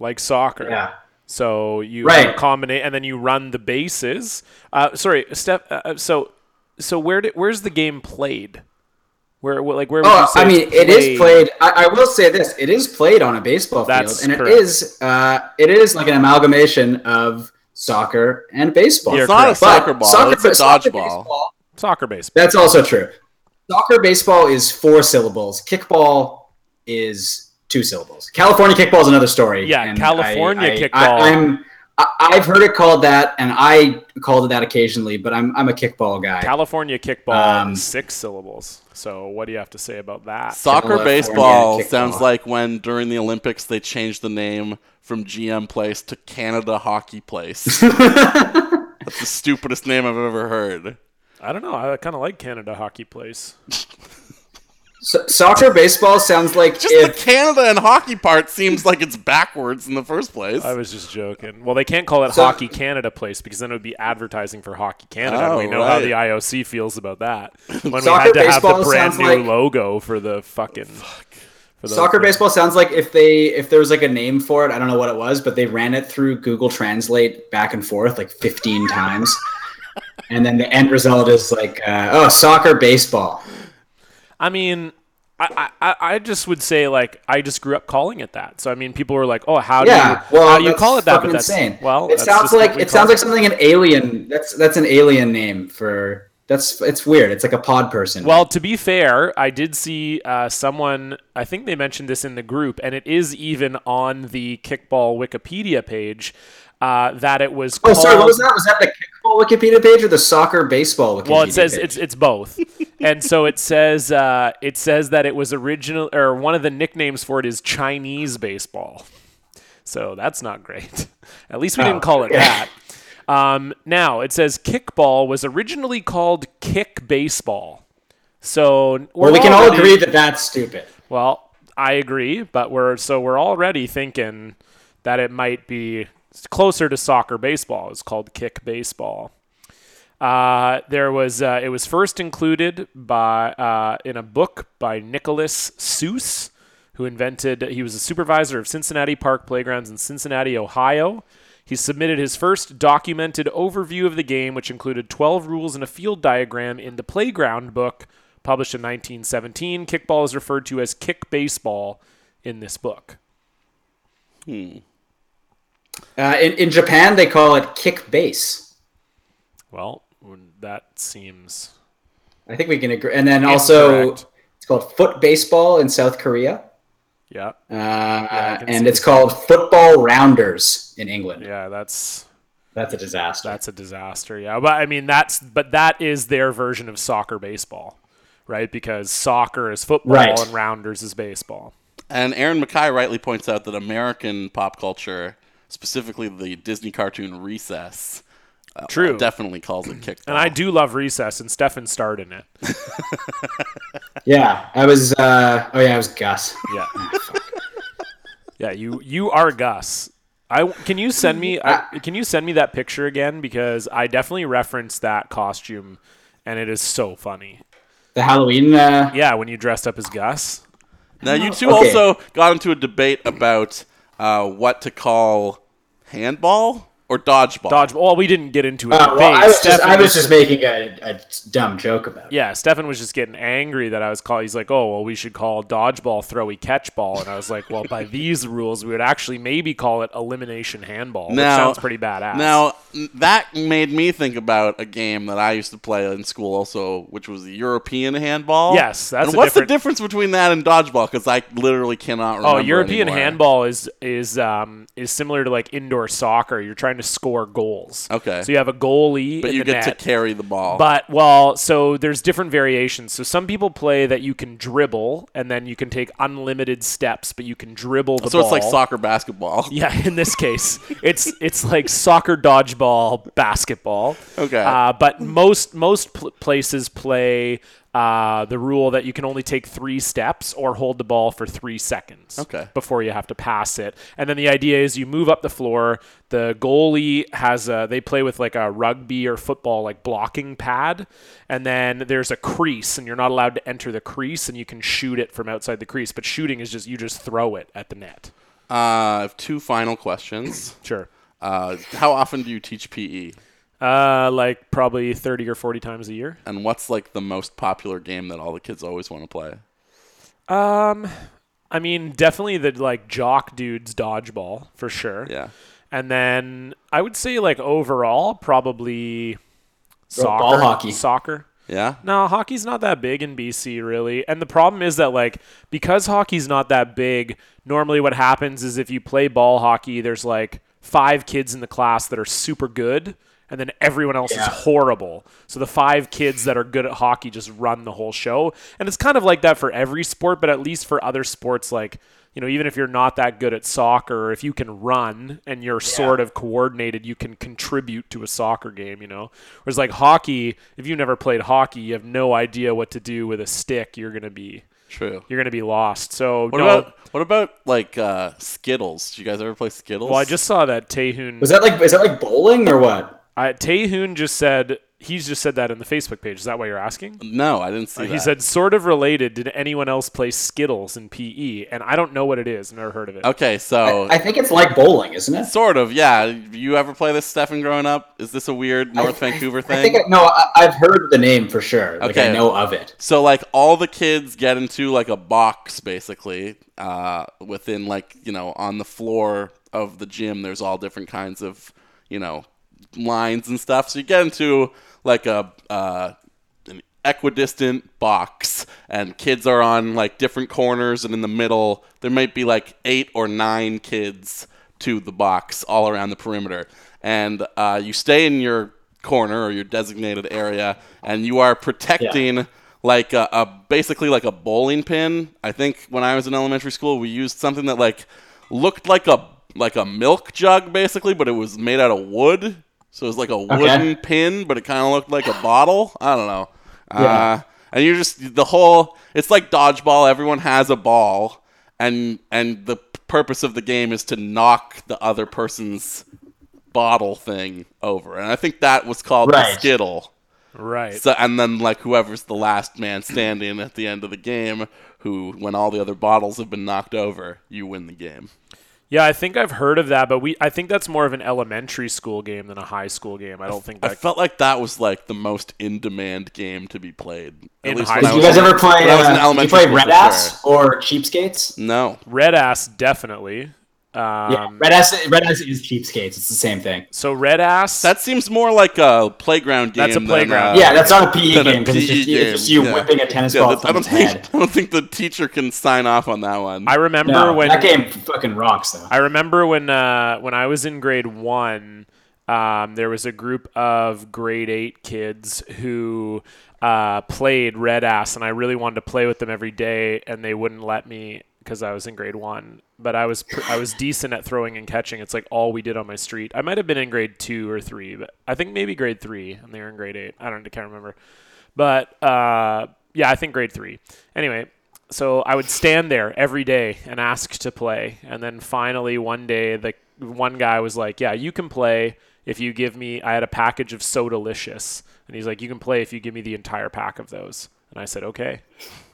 Like soccer. Yeah. So you Right. have a combina- and then you run the bases. Uh, sorry, Steph. Uh, so so where did where's the game played? Where wh- like where? Would you Oh, say I mean, it's it is played. I, I will say this: it is played on a baseball That's field, and correct. it is uh, it is like an amalgamation of soccer and baseball. You're It's not a correct. soccer ball, it's a but soccer dodgeball. baseball- soccer baseball. that's also true. Soccer baseball is four syllables. Kickball is two syllables. California kickball is another story. Yeah, and California I, I, kickball. I, I'm. I- I've heard it called that, and I called it that occasionally. But I'm I'm a kickball guy. California kickball Um, is six syllables. So what do you have to say about that? Soccer Similar baseball format kickball. sounds like when during the Olympics they changed the name from GM Place to Canada Hockey Place. That's the stupidest name I've ever heard. I don't know. I kind of like Canada hockey place. So, soccer baseball sounds like Just if, the Canada and hockey part seems like it's backwards in the first place. I was just joking. Well, they can't call it So- Hockey Canada place because then it would be advertising for Hockey Canada. and we Oh, know how right. the IOC feels about that. When Soccer we had to have the baseball brand sounds new like- logo for the fucking for the, Soccer for- baseball sounds like if they if there was like a name for it, I don't know what it was, but they ran it through Google Translate back and forth like 15 times. And then the end result is like uh, oh, soccer baseball. I mean, I, I I- I just would say like I just grew up calling it that. So I mean, people were like, "Oh, how do Yeah. you well, how do you that's call it that?" fucking But that's insane. well, it that's sounds just what like we it sounds call like something an alien. That's that's an alien name for that's it's weird. It's like a pod person. Well, to be fair, I did see uh, someone. I think they mentioned this in the group, and it is even on the kickball Wikipedia page uh, that it was. oh, called, sorry, what was that? Was that the kickball Wikipedia page or the soccer baseball? Wikipedia Well, it says page? it's it's both, and so it says uh, it says that it was original or one of the nicknames for it is Chinese baseball. So that's not great. At least we Oh. didn't call it that. Um, now it says kickball was originally called kick baseball. So well, we can all agree that that's stupid. Well, I agree, but we're so we're already thinking that it might be closer to soccer baseball. It's called kick baseball. Uh, there was uh, it was first included by uh, in a book by Nicholas Seuss, who invented. He was a supervisor of Cincinnati Park Playgrounds in Cincinnati, Ohio. He submitted his first documented overview of the game, which included 12 rules and a field diagram in the Playground book, published in 1917. Kickball is referred to as kick baseball in this book. Uh, in, in Japan, they call it kick base. Well, that seems I think we can agree. And then also, Incorrect. it's called foot baseball in South Korea, yeah, uh, can see and it's called football rounders in England. yeah. That's That's a disaster. That's a disaster. Yeah, but I mean that's but that is their version of soccer baseball, right? Because soccer is football Right. and rounders is baseball. And Aaron Mackay rightly points out that American pop culture, specifically the Disney cartoon Recess, uh, True. definitely calls it kickball. And I do love recess, and Stefan starred in it. yeah, I was. Uh, oh yeah, I was Gus. Yeah. Oh, yeah, you you are Gus. I can you send me I, can you send me that picture again because I definitely referenced that costume, and it is so funny. The Halloween. Uh, Yeah, when you dressed up as Gus. now you two Okay. also got into a debate about uh, what to call handball or dodgeball. Dodge. Well, we didn't get into it. uh, well, I was just, I was just making a, a dumb joke about. it. Yeah, Stefan was just getting angry that I was call. He's like, "Oh, well, we should call dodgeball throwy catchball," and I was like, "Well, by these rules, we would actually maybe call it elimination handball, which Now- sounds pretty badass." Oh, Now n- that made me think about a game that I used to play in school, also, which was the European handball. Yes, that's And a what's different- the difference between that and dodgeball? Because I literally cannot remember. oh, European anymore. handball is is um is similar to like indoor soccer. You're trying to score goals. Okay. so you have a goalie, But in you the get net. to carry the ball. But well, so there's different variations. So some people play that you can dribble and then you can take unlimited steps, but you can dribble the so ball. it's like soccer basketball. Yeah, in this case, it's it's like soccer, dodgeball, basketball. Okay. Uh, but most most pl- places play uh, the rule that you can only take three steps or hold the ball for three seconds Okay. before you have to pass it. And then the idea is you move up the floor. The goalie has a, they play with like a rugby or football like blocking pad, and then there's a crease, and you're not allowed to enter the crease, and you can shoot it from outside the crease. But shooting is just you just throw it at the net. Uh, I have two final questions. Sure. Uh, how often do you teach E? PE? Uh, like probably thirty or forty times a year. And what's like the most popular game that all the kids always want to play? I mean, definitely the like jock dudes dodgeball for sure. Yeah. And then I would say like overall probably soccer. ball hockey. Soccer. Yeah? No, hockey's not that big in BC really. And the problem is that like because hockey's not that big, normally what happens is if you play ball hockey, there's like five kids in the class that are super good and then everyone else is Yeah. horrible. So the five kids that are good at hockey just run the whole show. And it's kind of like that for every sport, but at least for other sports like you know, even if you're not that good at soccer, if you can run and you're sort of coordinated, you can contribute to a soccer game, you know? Whereas, like hockey, if you never played hockey, you have no idea what to do with a stick. You're going to be. True. You're gonna be lost. So What no. about what about like uh, Skittles? Do you guys ever play Skittles? well, I just saw that Tayhoon. Was that like is that like bowling or what? I, Tayhoon just said he's just said that in the Facebook page. Is that what you're asking? No, I didn't see that. Uh, He said sort of related. Did anyone else play Skittles in PE? And I don't know what it is. Never heard of it. Okay, so I think it's like bowling, isn't it? sort of, yeah. You ever play this Stefan growing up? Is this a weird North Vancouver thing? I think I, no, I, I've heard the name for sure. Like Okay. I know of it. So like all the kids get into like a box basically, uh, within like you know on the floor of the gym. There's all different kinds of you know lines and stuff. So you get into like a uh, an equidistant box, and kids are on like different corners, and in the middle there might be like eight or nine kids to the box all around the perimeter, and uh, you stay in your corner or your designated area, and you are protecting like a, a basically like a bowling pin. I think when I was in elementary school, we used something that like looked like a like a milk jug basically, but it was made out of wood. So it was like a wooden pin, but it kind of looked like a bottle. I don't know. Uh, and you're just the whole. It's like dodgeball. Everyone has a ball, and and the purpose of the game is to knock the other person's bottle thing over. And I think that was called the Right. skittle. Right. So and then like whoever's the last man standing at the end of the game, who when all the other bottles have been knocked over, you win the game. Yeah, I think I've heard of that, but we I think that's more of an elementary school game than a high school game. I don't think I that. felt like that was like the most in-demand game to be played. At In least high when I school. Did you was- guys ever play? when I was in Uh, did you elementary play school, Red for Ass or Cheapskates? No, Red Ass definitely. Um, yeah, Red Ass. Red Ass is Cheapskates. It's the same thing. So Red Ass. that seems more like a playground game. That's a than, playground. uh, yeah, that's not a PE than a game because it's, PE just you- it's just game, you yeah. whipping a tennis yeah, ball that's- I don't someone's think head. I don't think the teacher can sign off on that one. I remember No, when that game fucking rocks though. I remember when uh, when I was in grade one, um, there was a group of grade eight kids who uh, played Red Ass, and I really wanted to play with them every day, and they wouldn't let me because I was in grade one. But I was pr- I was decent at throwing and catching. It's like all we did on my street. I might have been in grade two or three, but I think maybe grade three, and they were in grade eight. I don't I can't remember. But uh, yeah, I think grade three. Anyway, so I would stand there every day and ask to play, and then finally one day the one guy was like, "Yeah, you can play if you give me." I had a package of So Delicious, and he's like, "You can play if you give me the entire pack of those." And I said, "Okay,"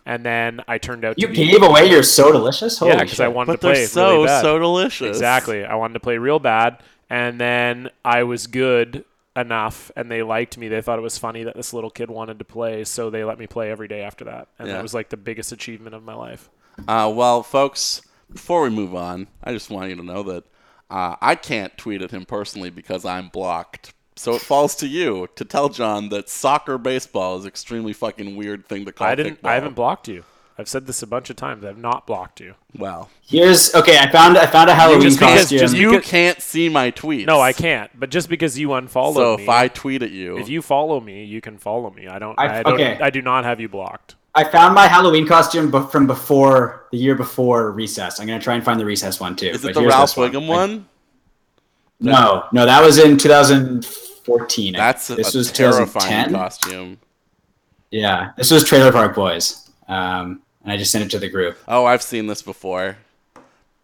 and then I turned out You to be gave away your so delicious. Holy yeah because I shit. wanted but to play they're so really bad. so delicious. Exactly. I wanted to play real bad, and then I was good enough, and they liked me. They thought it was funny that this little kid wanted to play, so they let me play every day after that, and Yeah. that was like the biggest achievement of my life. Uh, well, folks, before we move on, I just want you to know that uh, I can't tweet at him personally because I'm blocked. So it falls to you to tell John that soccer baseball is an extremely fucking weird thing to call. I didn't. kickball. I haven't blocked you. I've said this a bunch of times. I've not blocked you. Well, Here's okay. I found I found a Halloween just because- costume. just you because- can't see my tweets. No, I can't. But just because you unfollow So me, if I tweet at you, if you follow me, you can follow me. I don't. I, I- don't. okay. I do not have you blocked. I found my Halloween costume bu- from before the year before recess. I'm gonna try and find the recess one too. is but it the here's Ralph this one. Wiggum I- one? No, no, that was in 2014. I- That's a, this a was terrifying 2010. costume. Yeah, this was Trailer Park Boys, um, and I just sent it to the group. Oh, I've seen this before.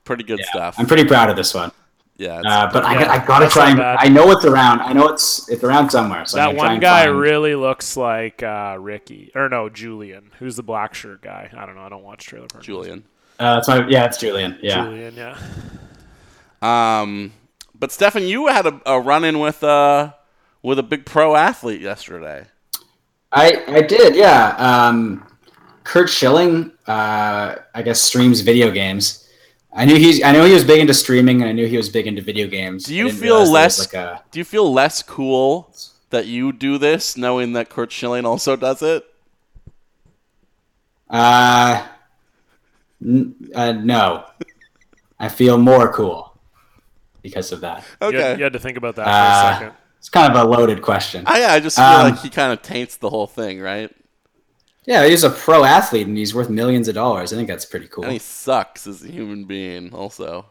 Pretty good stuff. I'm pretty proud of this one, yeah. it's- uh, but I, Yeah, got- I gotta that's try not and bad. I know it's around. I know it's it's around somewhere. So I'm That gonna try one and guy find- really looks like uh, Ricky, or no, Julian. Who's the black shirt guy? I don't know. I don't watch Trailer Park. Boys. Julian. Uh, that's my yeah, it's Julian. Yeah, Julian, yeah. Um, but Stefan, you had a, a run in with uh with a big pro athlete yesterday. I I did. Yeah, um, Kurt Schilling, uh, I guess streams video games. I knew he's I know he was big into streaming, and I knew he was big into video games. Do I you didn't feel realize there was, less- like a Do you feel less cool that you do this, knowing that Kurt Schilling also does it? Uh, n- uh, no. I feel more cool because of that. You, had, Okay. you had to think about that Uh, for a second. It's kind of a loaded question. I, I just feel Um, like he kind of taints the whole thing, right? Yeah, he's a pro athlete and he's worth millions of dollars. I think that's pretty cool. And he sucks as a human being, also.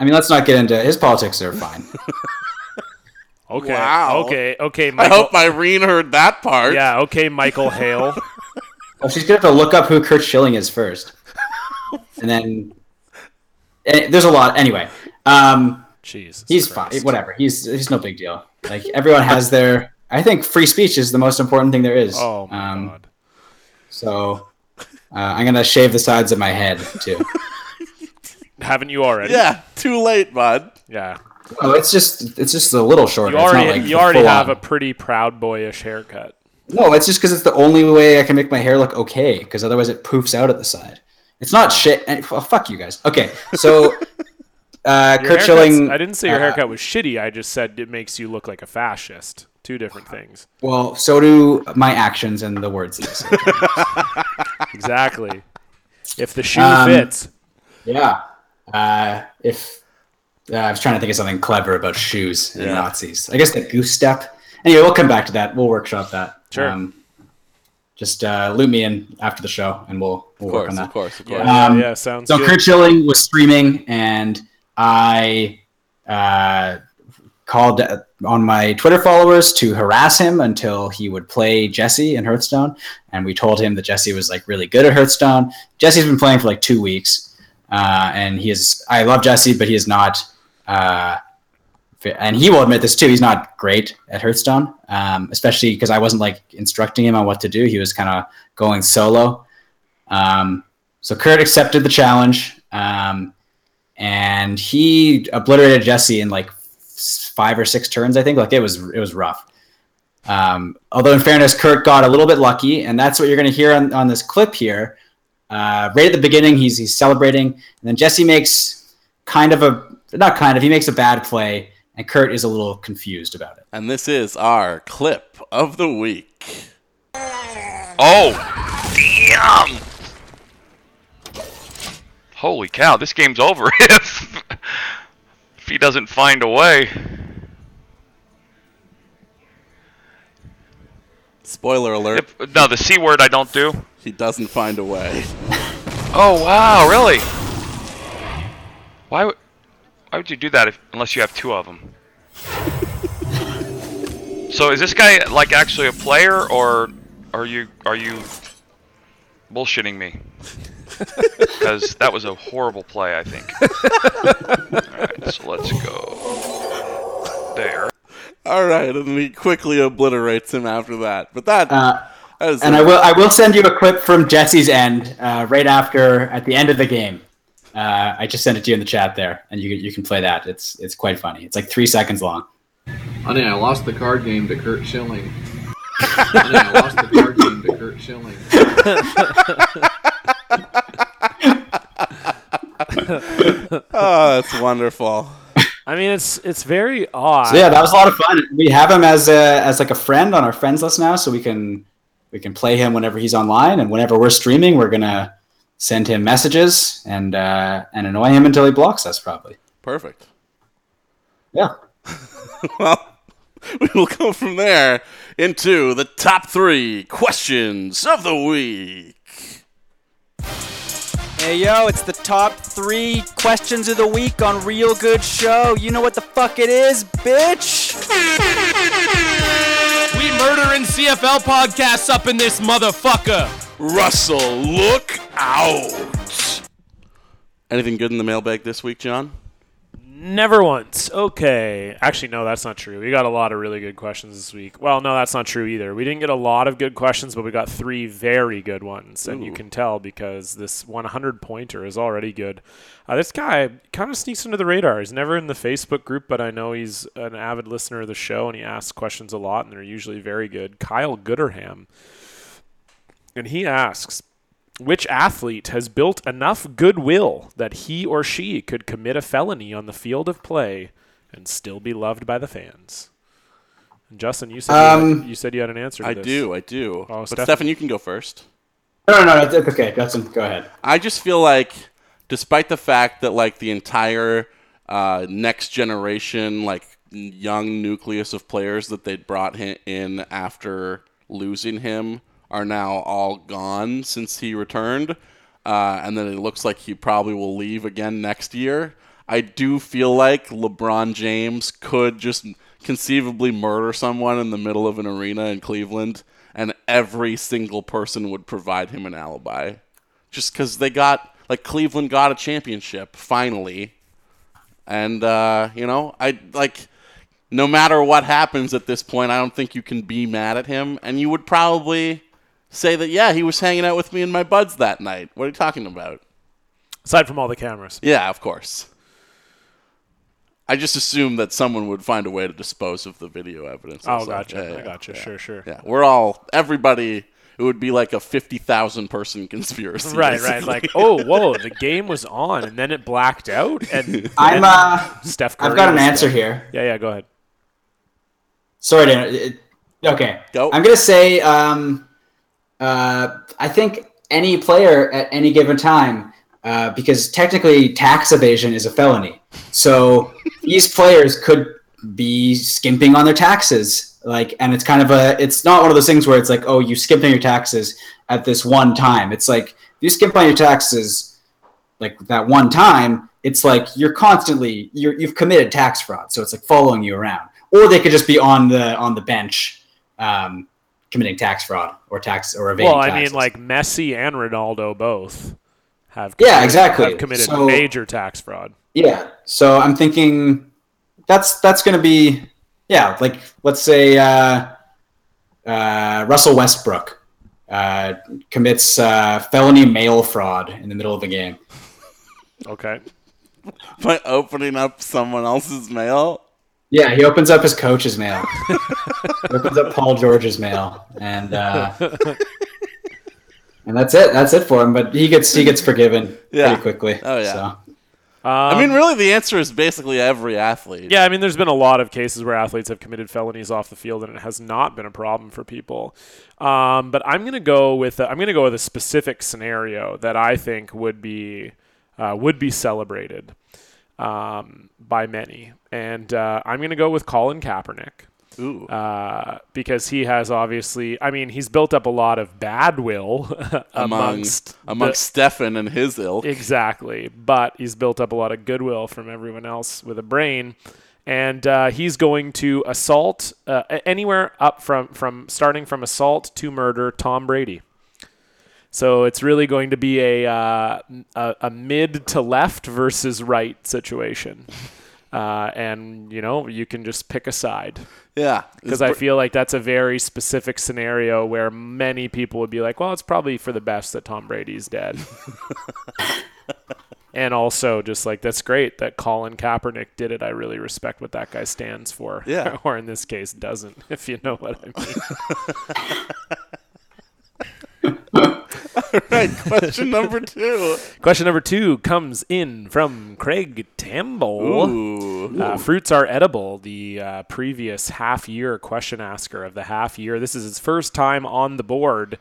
I mean, let's not get into his politics. Are fine. Okay. Wow. Okay. Okay. I Michael, hope Irene heard that part. yeah. Okay, Michael Hale. well, Oh, she's gonna have to look up who Kurt Schilling is first, and then and there's a lot. Anyway, um, Jesus. he's Christ. fine. Whatever. He's he's no big deal. Like everyone has their. I think free speech is the most important thing there is. Oh my um, god. So uh, I'm gonna shave the sides of my head too. Haven't you already? Yeah, too late, bud. Yeah. oh, it's just it's just a little shorter. You It's not already like you the already full have a on. pretty proud boyish haircut. no. It's just because it's the only way I can make my hair look okay. Because otherwise, it poofs out at the side. It's not shit. And, well, fuck you guys. Okay, so uh, Your Kurt haircut's- Schilling. I didn't say your uh, haircut was shitty. I just said it makes you look like a fascist. Two different things. Well, so do my actions and the words. that I say. Exactly. if the shoe Um, fits. yeah. Uh, if uh, I was trying to think of something clever about shoes and Yeah. Nazis, I guess the goose step. Anyway, we'll come back to that. We'll workshop that. Um, Sure. just uh, loop me in after the show, and we'll we'll Of work course, on that. of course, of course. Yeah, um, yeah, sounds So good. Kurt Schilling was streaming, and I uh, called uh, on my Twitter followers to harass him until he would play Jesse in Hearthstone. And we told him that Jesse was like really good at Hearthstone. Jesse's been playing for like two weeks, uh, and he is. I love Jesse, but he is not. Uh, fi- and he will admit this too. He's not great at Hearthstone, um, especially because I wasn't like instructing him on what to do. He was kind of going solo. Um, so Kurt accepted the challenge, um, and he obliterated Jesse in like s- five or six turns. I think like it was it was rough. Um, although in fairness, Kurt got a little bit lucky, and that's what you're going to hear on, on this clip here. Uh, right at the beginning, he's he's celebrating, and then Jesse makes kind of a not kind of he makes a bad play, and Kurt is a little confused about it. And this is our clip of the week. Oh, damn! Holy cow, this game's over if, if he doesn't find a way. Spoiler alert, If- no, the C word I don't do. he doesn't find a way. Oh, wow, really? Why, w- why would you do that if, unless you have two of them? so is this guy like actually a player or are you are you bullshitting me? Because that was a horrible play, I think. Alright, so let's go there. All right, and he quickly obliterates him after that. But that, Uh, that is and I will I will send you a clip from Jesse's end uh, right after at the end of the game. Uh, I just sent it to you in the chat there, and you you can play that. It's it's quite funny. It's like three seconds long. Honey, I lost the card game to Kurt Schilling. Honey, I lost the card game to Kurt Schilling. oh, that's wonderful. I mean, it's it's very odd. So yeah, that was a lot of fun. We have him as a as like a friend on our friends list now, so we can we can play him whenever he's online, and whenever we're streaming, we're gonna send him messages and uh, and annoy him until he blocks us, probably. Perfect. Yeah. Well, we will go from there into the top three questions of the week. Hey yo, it's the top three questions of the week on Real Good Show. You know what the fuck it is, bitch? We murder veteran CFL podcasts up in this motherfucker. Russell, look out. Anything good in the mailbag this week, John? Never once. Okay. Actually, no, that's not true. We got a lot of really good questions this week. Well, no, that's not true either. We didn't get a lot of good questions, but we got three very good ones. And you can tell because this 100 pointer is already good. Uh, this guy kind of sneaks under the radar. He's never in the Facebook group, but I know he's an avid listener of the show and he asks questions a lot, and they're usually very good. Kyle Gooderham. And he asks, which athlete has built enough goodwill that he or she could commit a felony on the field of play and still be loved by the fans? And Justin, you said you, Um, had, you said you had an answer. To I this. do, I do. Oh, but Stefan. Stefan, you can go first. No, no, no, it's it's okay. Justin, go ahead. I just feel like, despite the fact that like the entire uh, next generation, like n- young nucleus of players that they'd brought him in after losing him are now all gone since he returned, uh, and then it looks like he probably will leave again next year. I do feel like LeBron James could just conceivably murder someone in the middle of an arena in Cleveland, and every single person would provide him an alibi just because they got like Cleveland got a championship finally, and uh, you know I like no matter what happens at this point, I don't think you can be mad at him, and you would probably say that yeah he was hanging out with me and my buds that night. What are you talking about? Aside from all the cameras. Yeah, of course. I just assumed that someone would find a way to dispose of the video evidence. I Oh, was like, gotcha. yeah, I yeah, gotcha. Sure, sure. Yeah, we're all everybody. It would be like a fifty thousand person conspiracy. Right, right. basically. Like, oh, whoa, the game was on, and then it blacked out, and I'm then uh, Steph. Curry I've got an was answer there. here. Yeah, yeah. Go ahead. Sorry, Dan. It, okay. Go. I'm gonna say um, uh, I think any player at any given time, uh, because technically tax evasion is a felony. So these players could be skimping on their taxes, like, and it's kind of a. It's not one of those things where it's like, oh, you skimped on your taxes at this one time. It's like if you skimp on your taxes, like that one time. It's like you're constantly you're, you've committed tax fraud, so it's like following you around. Or they could just be on the on the bench, um, committing tax fraud or tax or evading Well, I mean, taxes. like Messi and Ronaldo both have Yeah, committed- exactly. have committed So- major tax fraud. Yeah. So I'm thinking that's that's going to be yeah, like let's say uh, uh, Russell Westbrook uh, commits uh, felony mail fraud in the middle of the game. Okay. by opening up someone else's mail. Yeah, he opens up his coach's mail. he opens up Paul George's mail, and uh, and that's it. That's it for him. But he gets he gets forgiven Yeah. pretty quickly. Oh, yeah. So. I mean, really, the answer is basically every athlete. Um, Yeah, I mean, there's been a lot of cases where athletes have committed felonies off the field, and it has not been a problem for people. Um, but I'm gonna go with i am I'm gonna go with a specific scenario that I think would be uh, would be celebrated um, by many, and uh, I'm gonna go with Colin Kaepernick. Ooh. uh, because he has obviously, I mean, he's built up a lot of bad will amongst amongst amongst Stefan and his ilk. the- exactly, but he's built up a lot of goodwill from everyone else with a brain, and uh, he's going to assault uh, a- anywhere up from from starting from assault to murder Tom Brady. So it's really going to be a uh, a, a mid to left versus right situation. Uh, and you know you can just pick a side yeah, because I feel like that's a very specific scenario where many people would be like, "Well, it's probably for the best that Tom Brady's dead." and also, just like that's great that Colin Kaepernick did it. I really respect what that guy stands for. Yeah. or in this case, doesn't. If you know what I mean. right. Question number two. Question number two comes in from Craig Tamble. Ooh. Uh, fruits are edible. The uh, previous half year question asker of the half year. This is his first time on the board.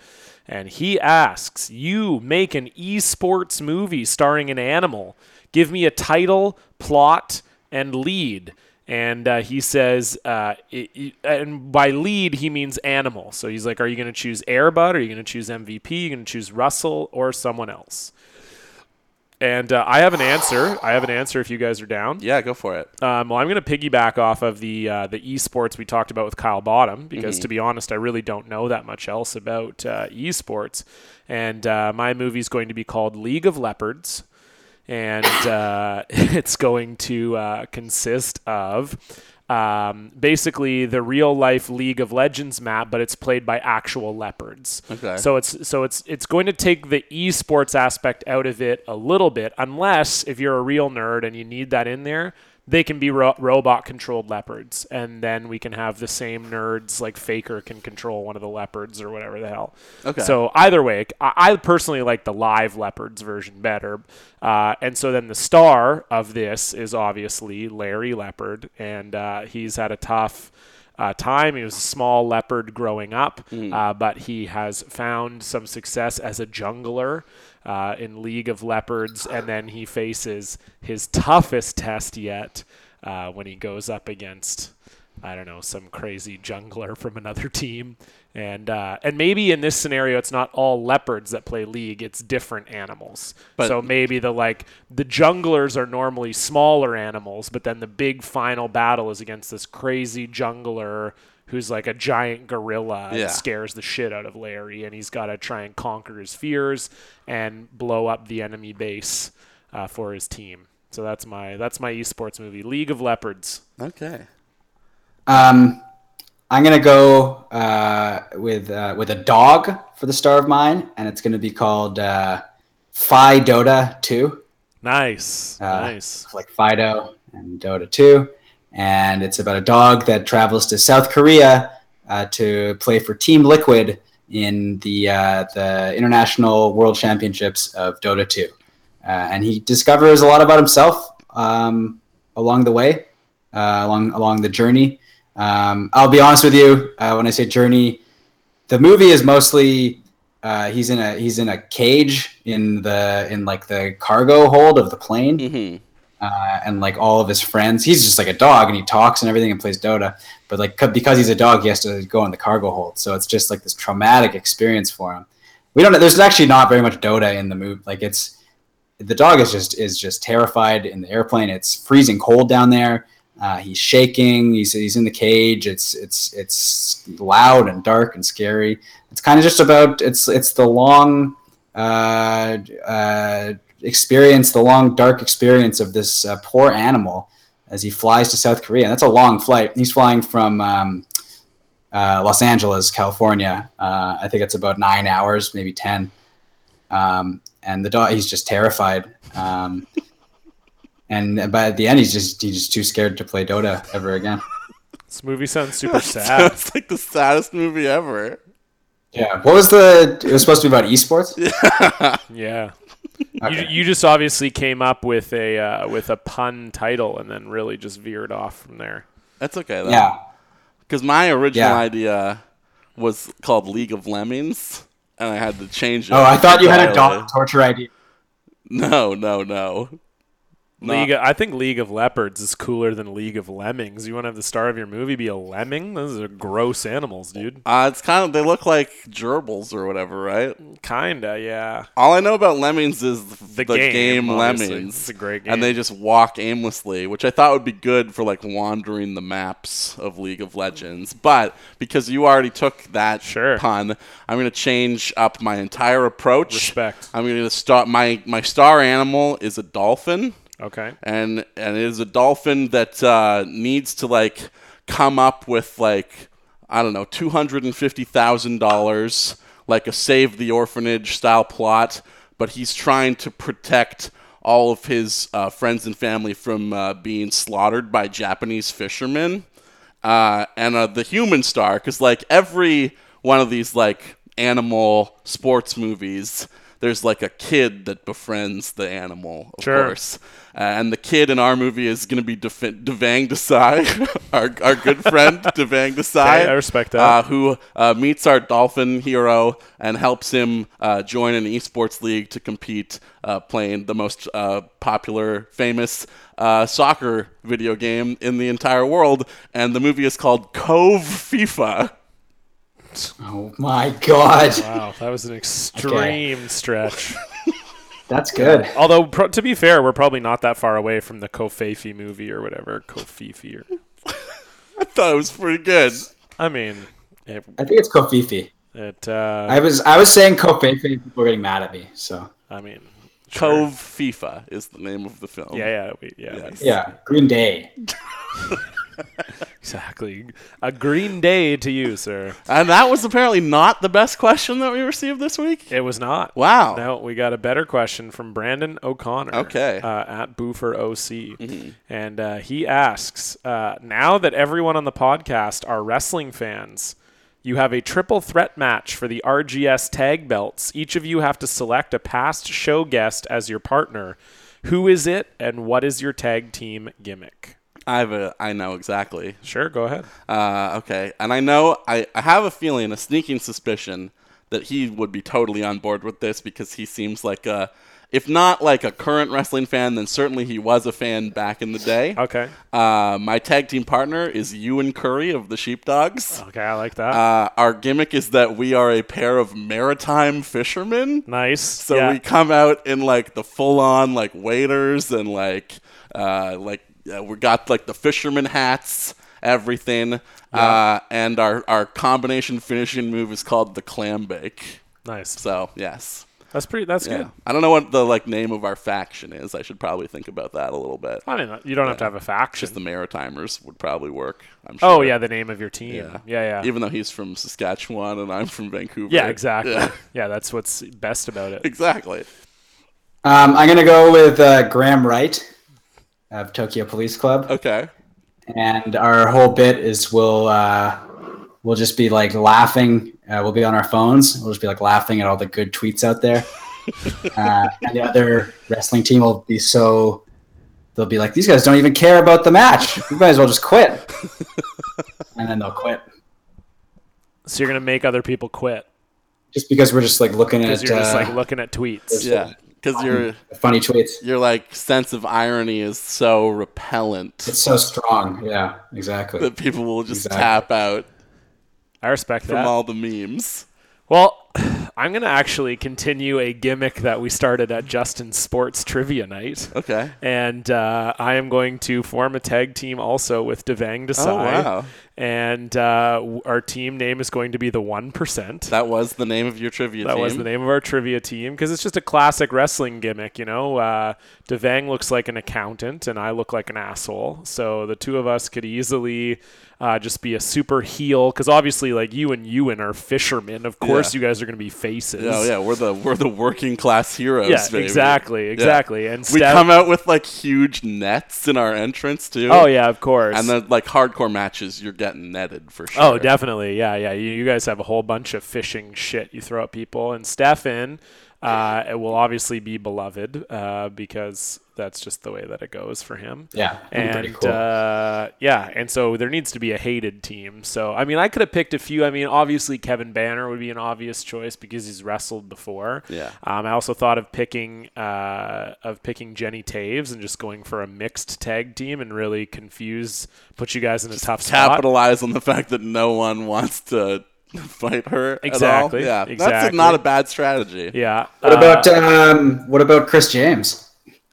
And he asks, You make an esports movie starring an animal. Give me a title, plot, and lead. And uh, he says, uh, it- it- and by lead, he means animal. So he's like, Are you going to choose Airbud? Are you going to choose MVP? Are you going to choose Russell or someone else? And uh, I have an answer. I have an answer if you guys are down. Yeah, go for it. Um, well, I'm going to piggyback off of the uh, the esports we talked about with Kyle Bottom because, to be honest, I really don't know that much else about uh, esports. And uh, my movie's going to be called League of Leopards, and uh, it's going to uh, consist of um, basically the real life League of Legends map, but it's played by actual leopards. Okay. So it's so it's it's going to take the esports aspect out of it a little bit, unless if you're a real nerd and you need that in there, they can be ro- robot controlled leopards, and then we can have the same nerds like Faker can control one of the leopards or whatever the hell. Okay. So either way, I, I personally like the live leopards version better, uh, and so then the star of this is obviously Larry Leopard, and uh, he's had a tough uh, time. He was a small leopard growing up, uh, but he has found some success as a jungler uh, in League of Leopards, and then he faces his toughest test yet uh, when he goes up against. I don't know some crazy jungler from another team, and uh, and maybe in this scenario it's not all leopards that play league; it's different animals. But- so maybe the like the junglers are normally smaller animals, but then the big final battle is against this crazy jungler who's like a giant gorilla Yeah. and scares the shit out of Larry, and he's got to try and conquer his fears and blow up the enemy base uh, for his team. So that's my that's my esports movie, League of Leopards. Okay. Um, I'm gonna go uh, with uh, with a dog for the star of mine, and it's gonna be called uh, Phi Dota Two. Nice, Uh, nice. It's like Fido and Dota Two, and it's about a dog that travels to South Korea uh, to play for Team Liquid in the uh, the international world championships of Dota Two, uh, and he discovers a lot about himself um, along the way, uh, along along the journey. Um, I'll be honest with you. Uh, when I say journey, the movie is mostly uh, he's in a he's in a cage in the in like the cargo hold of the plane, Mm-hmm. uh, and like all of his friends. He's just like a dog, and he talks and everything, and plays Dota. But like c- because he's a dog, he has to go in the cargo hold. So it's just like this traumatic experience for him. We don't. know. There's actually not very much Dota in the movie. Like it's the dog is just is just terrified in the airplane. It's freezing cold down there. Uh, he's shaking. He's he's in the cage. It's it's it's loud and dark and scary. It's kind of just about it's it's the long. Uh, uh, experience the long dark experience of this uh, poor animal as he flies to South Korea. That's a long flight. He's flying from um, uh, Los Angeles, California. Uh, I think it's about nine hours, maybe ten. Um, and the dog, he's just terrified. Um, and by the end, he's just he's just too scared to play Dota ever again. This movie sounds super sad. That's like the saddest movie ever. Yeah. What was the? It was supposed to be about esports. Yeah. Okay. You, you just obviously came up with a uh, with a pun title and then really just veered off from there. That's okay though. Yeah. Because my original Yeah. idea was called League of Lemmings, and I had to change it. Oh, I thought you had a entirely. dog torture idea. No, no, no. Not- League, I think League of Leopards is cooler than League of Lemmings. You want to have the star of your movie be a lemming? Those are gross animals, dude. Uh, it's kind of they look like gerbils or whatever, right? Kinda, yeah. All I know about Lemmings is the, The, game, game, obviously. Lemmings, It's a great game. and they just walk aimlessly, which I thought would be good for like wandering the maps of League of Legends. But because you already took that Sure. pun, I'm going to change up my entire approach. Respect. I'm going to start my my star animal is a dolphin. okay. and and it is a dolphin that uh, needs to like come up with like I don't know two hundred and fifty thousand dollars, like a save the orphanage style plot, but he's trying to protect all of his uh, friends and family from uh, being slaughtered by Japanese fishermen uh, and uh, the human star because like every one of these like animal sports movies there's like a kid that befriends the animal of Sure. course uh, and the kid in our movie is going to be Def- devang desai our, our good friend devang desai Okay, I respect that. uh, who uh, meets our dolphin hero and helps him uh, join an esports league to compete uh, playing the most uh, popular, famous uh, soccer video game in the entire world. And the movie is called Cove FIFA. Oh my god. Wow, that was an extreme stretch. That's good. Although, pro- to be fair, we're probably not that far away from the Kofeifi movie or whatever. Kofeifi. Or, I thought it was pretty good. I mean, it. I think it's Kofifi. it uh, I was I was saying Kofifi, and people were getting mad at me. So I mean, sure. Cove FIFA is the name of the film. Yeah, yeah, we, yeah. Yes. yeah, Green Day. Exactly. A green day to you, sir. And that was apparently not the best question that we received this week. It was not. Wow. No, we got a better question from Brandon O'Connor. Okay. Mm-hmm. Uh, at Boofer OC. And uh, he asks uh, Now that everyone on the podcast are wrestling fans, you have a triple threat match for the RGS tag belts. Each of you have to select a past show guest as your partner. Who is it, and what is your tag team gimmick? I have a, I know exactly. Sure, go ahead. Uh, okay, and I know I, I have a feeling, a sneaking suspicion that he would be totally on board with this because he seems like a, if not like a current wrestling fan, then certainly he was a fan back in the day. Okay. Uh, my tag team partner is Ewan Curry of the Sheepdogs. Okay, I like that. Uh, our gimmick is that we are a pair of maritime fishermen. nice. So Yeah. we come out in like the full on like waders and like uh, like uh, we got like the fisherman hats, everything. Uh, and our our combination finishing move is called the clam bake. Nice. So yes, That's pretty. That's yeah. good. I don't know what the like name of our faction is. I should probably think about that a little bit. I mean, uh, you don't have to have a faction. Just the Maritimers would probably work. I'm sure. oh yeah, the name of your team. Yeah, yeah, yeah. Even though he's from Saskatchewan and I'm from Vancouver. exactly. Yeah, Yeah. that's what's best about it. exactly. Um, I'm gonna go with uh, Graham Wright of Tokyo Police Club, Okay. and our whole bit is we'll uh, we'll just be like laughing. Uh, we'll be on our phones. We'll just be like laughing at all the good tweets out there. uh, and the other wrestling team will be so they'll be like, these guys don't even care about the match. We might as well just quit. and then they'll quit So you're gonna make other people quit just because we're just like looking at because you're just uh, like looking at tweets. Yeah. um, Because you're. funny tweets. your like sense of irony is so repellent It's so strong. Yeah, exactly. that people will just Exactly. tap out I respect from that. all the memes. well, I'm gonna actually continue a gimmick that we started at Justin's sports trivia night. Okay. And uh, I am going to form a tag team also with Devang Desai. Oh, wow. And uh, w- our team name is going to be the One Percent. That was the name of your trivia That team. was the name of our trivia team because it's just a classic wrestling gimmick, you know. Uh, Devang looks like an accountant, and I look like an asshole. So the two of us could easily uh, just be a super heel because obviously, like you and Ewan are fishermen. Of course, you guys are going to be faces. Oh yeah, we're the we're the working class heroes. Yeah, baby. exactly, Yeah. exactly. And we Steph- come out with like huge nets in our entrance too. Oh yeah, of course. And then like hardcore matches, you're getting netted for sure. Oh, definitely. Yeah, yeah. You, you guys have a whole bunch of fishing shit you throw at people. And Stefan uh, it will obviously be beloved uh, because that's just the way that it goes for him. Yeah, that'd be pretty And cool. uh, yeah, and so there needs to be a hated team. So, I mean, I could have picked a few. I mean, obviously, Kevin Banner would be an obvious choice because he's wrestled before. Yeah. Um, I also thought of picking uh, of picking Jenny Taves and just going for a mixed tag team and really confuse, put you guys in a tough spot. Capitalize on the fact that no one wants to fight her. at all. Exactly, Yeah. That's a, exactly. not a bad strategy. Yeah. What uh, about um, what about Chris James?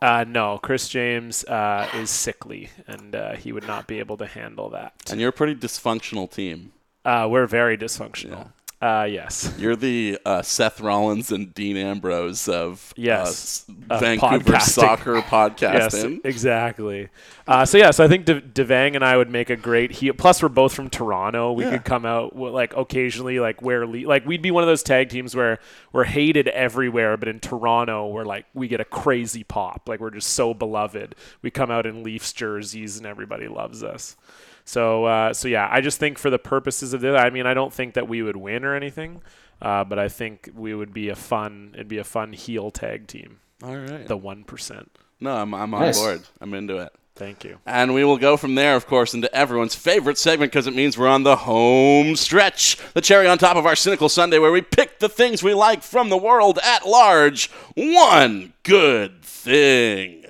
Uh, no, Chris James uh, is sickly, and uh, he would not be able to handle that. And you're a pretty dysfunctional team. Uh, we're very dysfunctional. Uh, yes. You're the uh, Seth Rollins and Dean Ambrose of Yes. uh, s- Of Vancouver podcasting. soccer Yes, podcasting. exactly. Uh, so yeah, so I think De- Devang and I would make a great heel. Plus, we're both from Toronto. We could come out w- like occasionally, like wear le- like we'd be one of those tag teams where we're hated everywhere, but in Toronto, we're like we get a crazy pop. Like we're just so beloved. We come out in Leafs jerseys, and everybody loves us. So uh, so yeah, I just think for the purposes of this, I mean, I don't think that we would win or anything. Uh, but I think we would be a fun. It'd be a fun heel tag team. All right. The one percent. No, I'm, I'm on Nice. board. I'm into it. Thank you. And we will go from there, of course, into everyone's favorite segment because it means we're on the home stretch. The cherry on top of our cynical Sunday where we pick the things we like from the world at large. One good thing.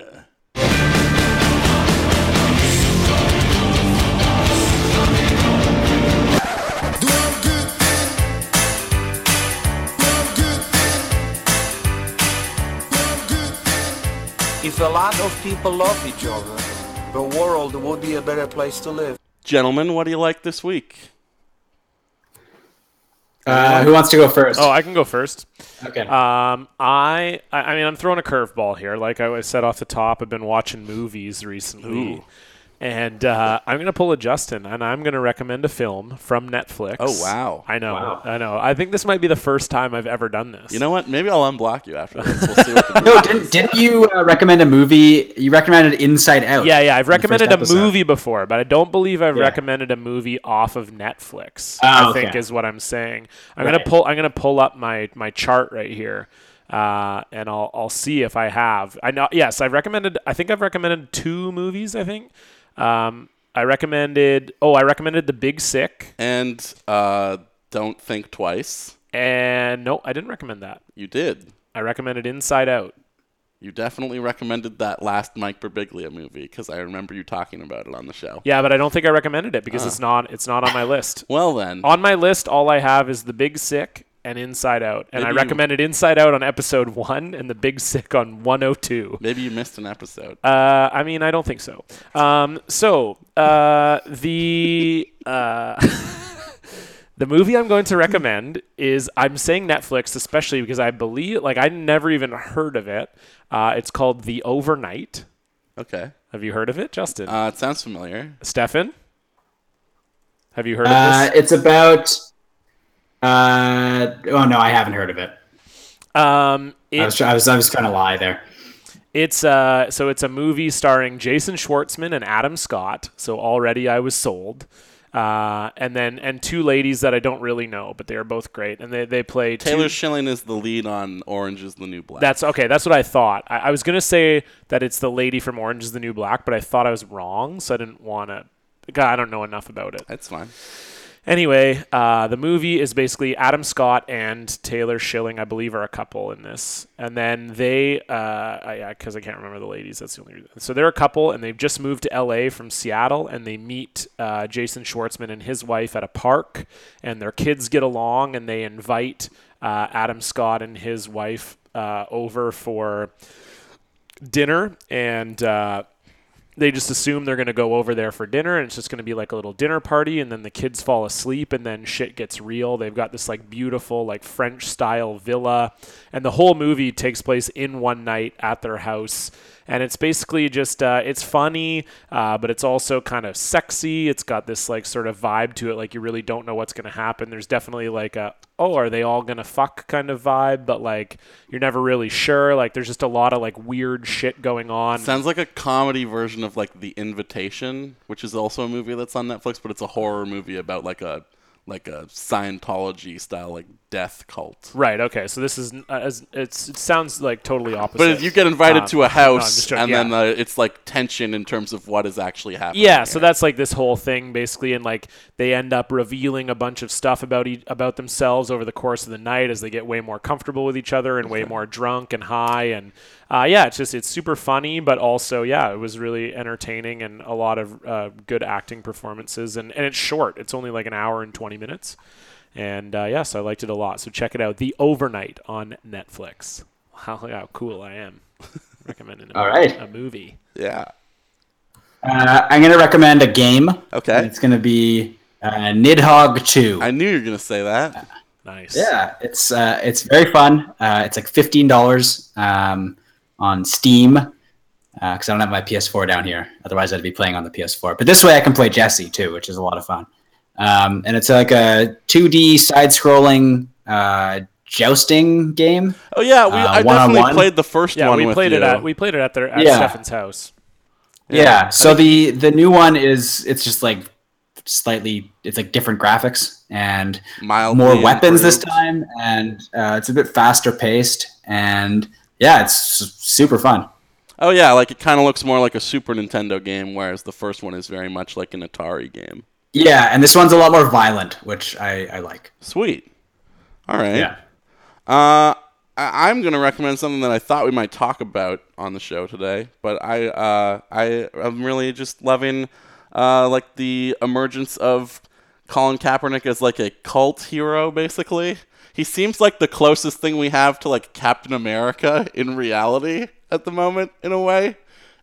If a lot of people love each other, the world would be a better place to live. Gentlemen, what do you like this week? Uh, who wants to go first? Oh, I can go first. okay. Um, I, I I mean, I'm throwing a curveball here. Like I was said off the top, I've been watching movies recently, and uh, I'm gonna pull a Justin, and I'm gonna recommend a film from Netflix. Oh, wow. I know, I know. I think this might be the first time I've ever done this. You know what? Maybe I'll unblock you after this. We'll see what the no, Oh, didn't, didn't you uh, recommend a movie? You recommended Inside Out. Yeah, yeah. in the I've first recommended a episode. movie before, but I don't believe I've Yeah. recommended a movie off of Netflix. Ah, I think okay. is what I'm saying. I'm Right. gonna pull. I'm gonna pull up my my chart right here, uh, and I'll I'll see if I have. I know. Yes, I've recommended. I think I've recommended two movies. I think. Um, I recommended. Oh, I recommended The Big Sick, and uh, don't think twice. and no, I didn't recommend that. You did. I recommended Inside Out. You definitely recommended that last Mike Birbiglia movie because I remember you talking about it on the show. Yeah, but I don't think I recommended it Oh. because it's not. It's not on my list. Well then, on my list, all I have is The Big Sick and Inside Out, and I Maybe you- recommended Inside Out on episode one and The Big Sick on 102. maybe you missed an episode. Uh, I mean, I don't think so. Um, so uh, the uh, the movie I'm going to recommend is I'm saying Netflix, especially because I believe like I never even heard of it. Uh, it's called The Overnight. Okay. Have you heard of it, Justin? Uh, it sounds familiar. Stefan, have you heard of Uh, this? it's about. Uh, oh no, I haven't heard of it. Um, I it was, try- I was, I was trying to lie there. It's uh, so it's a movie starring Jason Schwartzman and Adam Scott. So already I was sold. Uh, and then and two ladies that I don't really know, but they are both great, and they they play two- Taylor Schilling is the lead on Orange is the New Black. That's okay. That's what I thought. I, I was gonna say that it's the lady from Orange Is the New Black, but I thought I was wrong, so I didn't want to. God, I don't know enough about it. That's fine. Anyway, uh, the movie is basically Adam Scott and Taylor Schilling, I believe, are a couple in this. And then they, uh, I- yeah, because I can't remember the ladies. That's the only reason. So they're a couple, and they've just moved to LA from Seattle, and they meet uh, Jason Schwartzman and his wife at a park, and their kids get along, and they invite uh, Adam Scott and his wife uh, over for dinner, and. Uh, they just assume they're going to go over there for dinner and it's just going to be like a little dinner party and then the kids fall asleep and then shit gets real they've got this like beautiful like french style villa and the whole movie takes place in one night at their house and it's basically just uh, it's funny uh, but it's also kind of sexy it's got this like sort of vibe to it like you really don't know what's going to happen there's definitely like a oh are they all going to fuck kind of vibe but like you're never really sure like there's just a lot of like weird shit going on Sounds like a comedy version of like The Invitation, which is also a movie that's on Netflix, but it's a horror movie about like a like a Scientology style like death cult. Right. Okay. So this is uh, as it's, it sounds like totally opposite. But if you get invited Um, to a no, I'm just house, joking, and yeah. then uh, it's like tension in terms of what is actually happening. yeah. So here. that's like this whole thing basically, and like they end up revealing a bunch of stuff about e- about themselves over the course of the night as they get way more comfortable with each other and way Mm-hmm. more drunk and high and uh, yeah, it's just it's super funny, but also yeah, it was really entertaining and a lot of uh, good acting performances and and it's short. It's only like an hour and twenty minutes. And uh, yeah, so I liked it a lot. So check it out, The Overnight on Netflix. Wow, look how cool I am. Recommending a, All right. a movie. yeah. Uh, I'm gonna recommend a game. Okay. It's gonna be uh, Nidhogg Two. I knew you were gonna say that. Nice. Yeah, it's uh, it's very fun. Uh, it's like fifteen dollars um, on Steam because I don't have my PS4 down here. Otherwise, I'd be playing on the PS4. But this way, I can play Jesse too, which is a lot of fun. Um, and it's like a two D side scrolling uh, jousting game. Oh yeah, we, Uh, I definitely one-on-one? played the first Yeah, one. we with played it you. at we played it at their at Yeah. Stefan's house. Yeah. So the the new one is it's just like slightly it's like different graphics and Mildly more weapons this improved. time, and uh, it's a bit faster paced, and yeah, it's su- super fun. Oh yeah, like it kind of looks more like a Super Nintendo game, whereas the first one is very much like an Atari game. Yeah, and this one's a lot more violent, which I, I like. Sweet. All right. Uh, I- I'm gonna recommend something that I thought we might talk about on the show today, but I uh, I am really just loving uh, like the emergence of Colin Kaepernick as like a cult hero, basically. He seems like the closest thing we have to like Captain America in reality at the moment, in a way,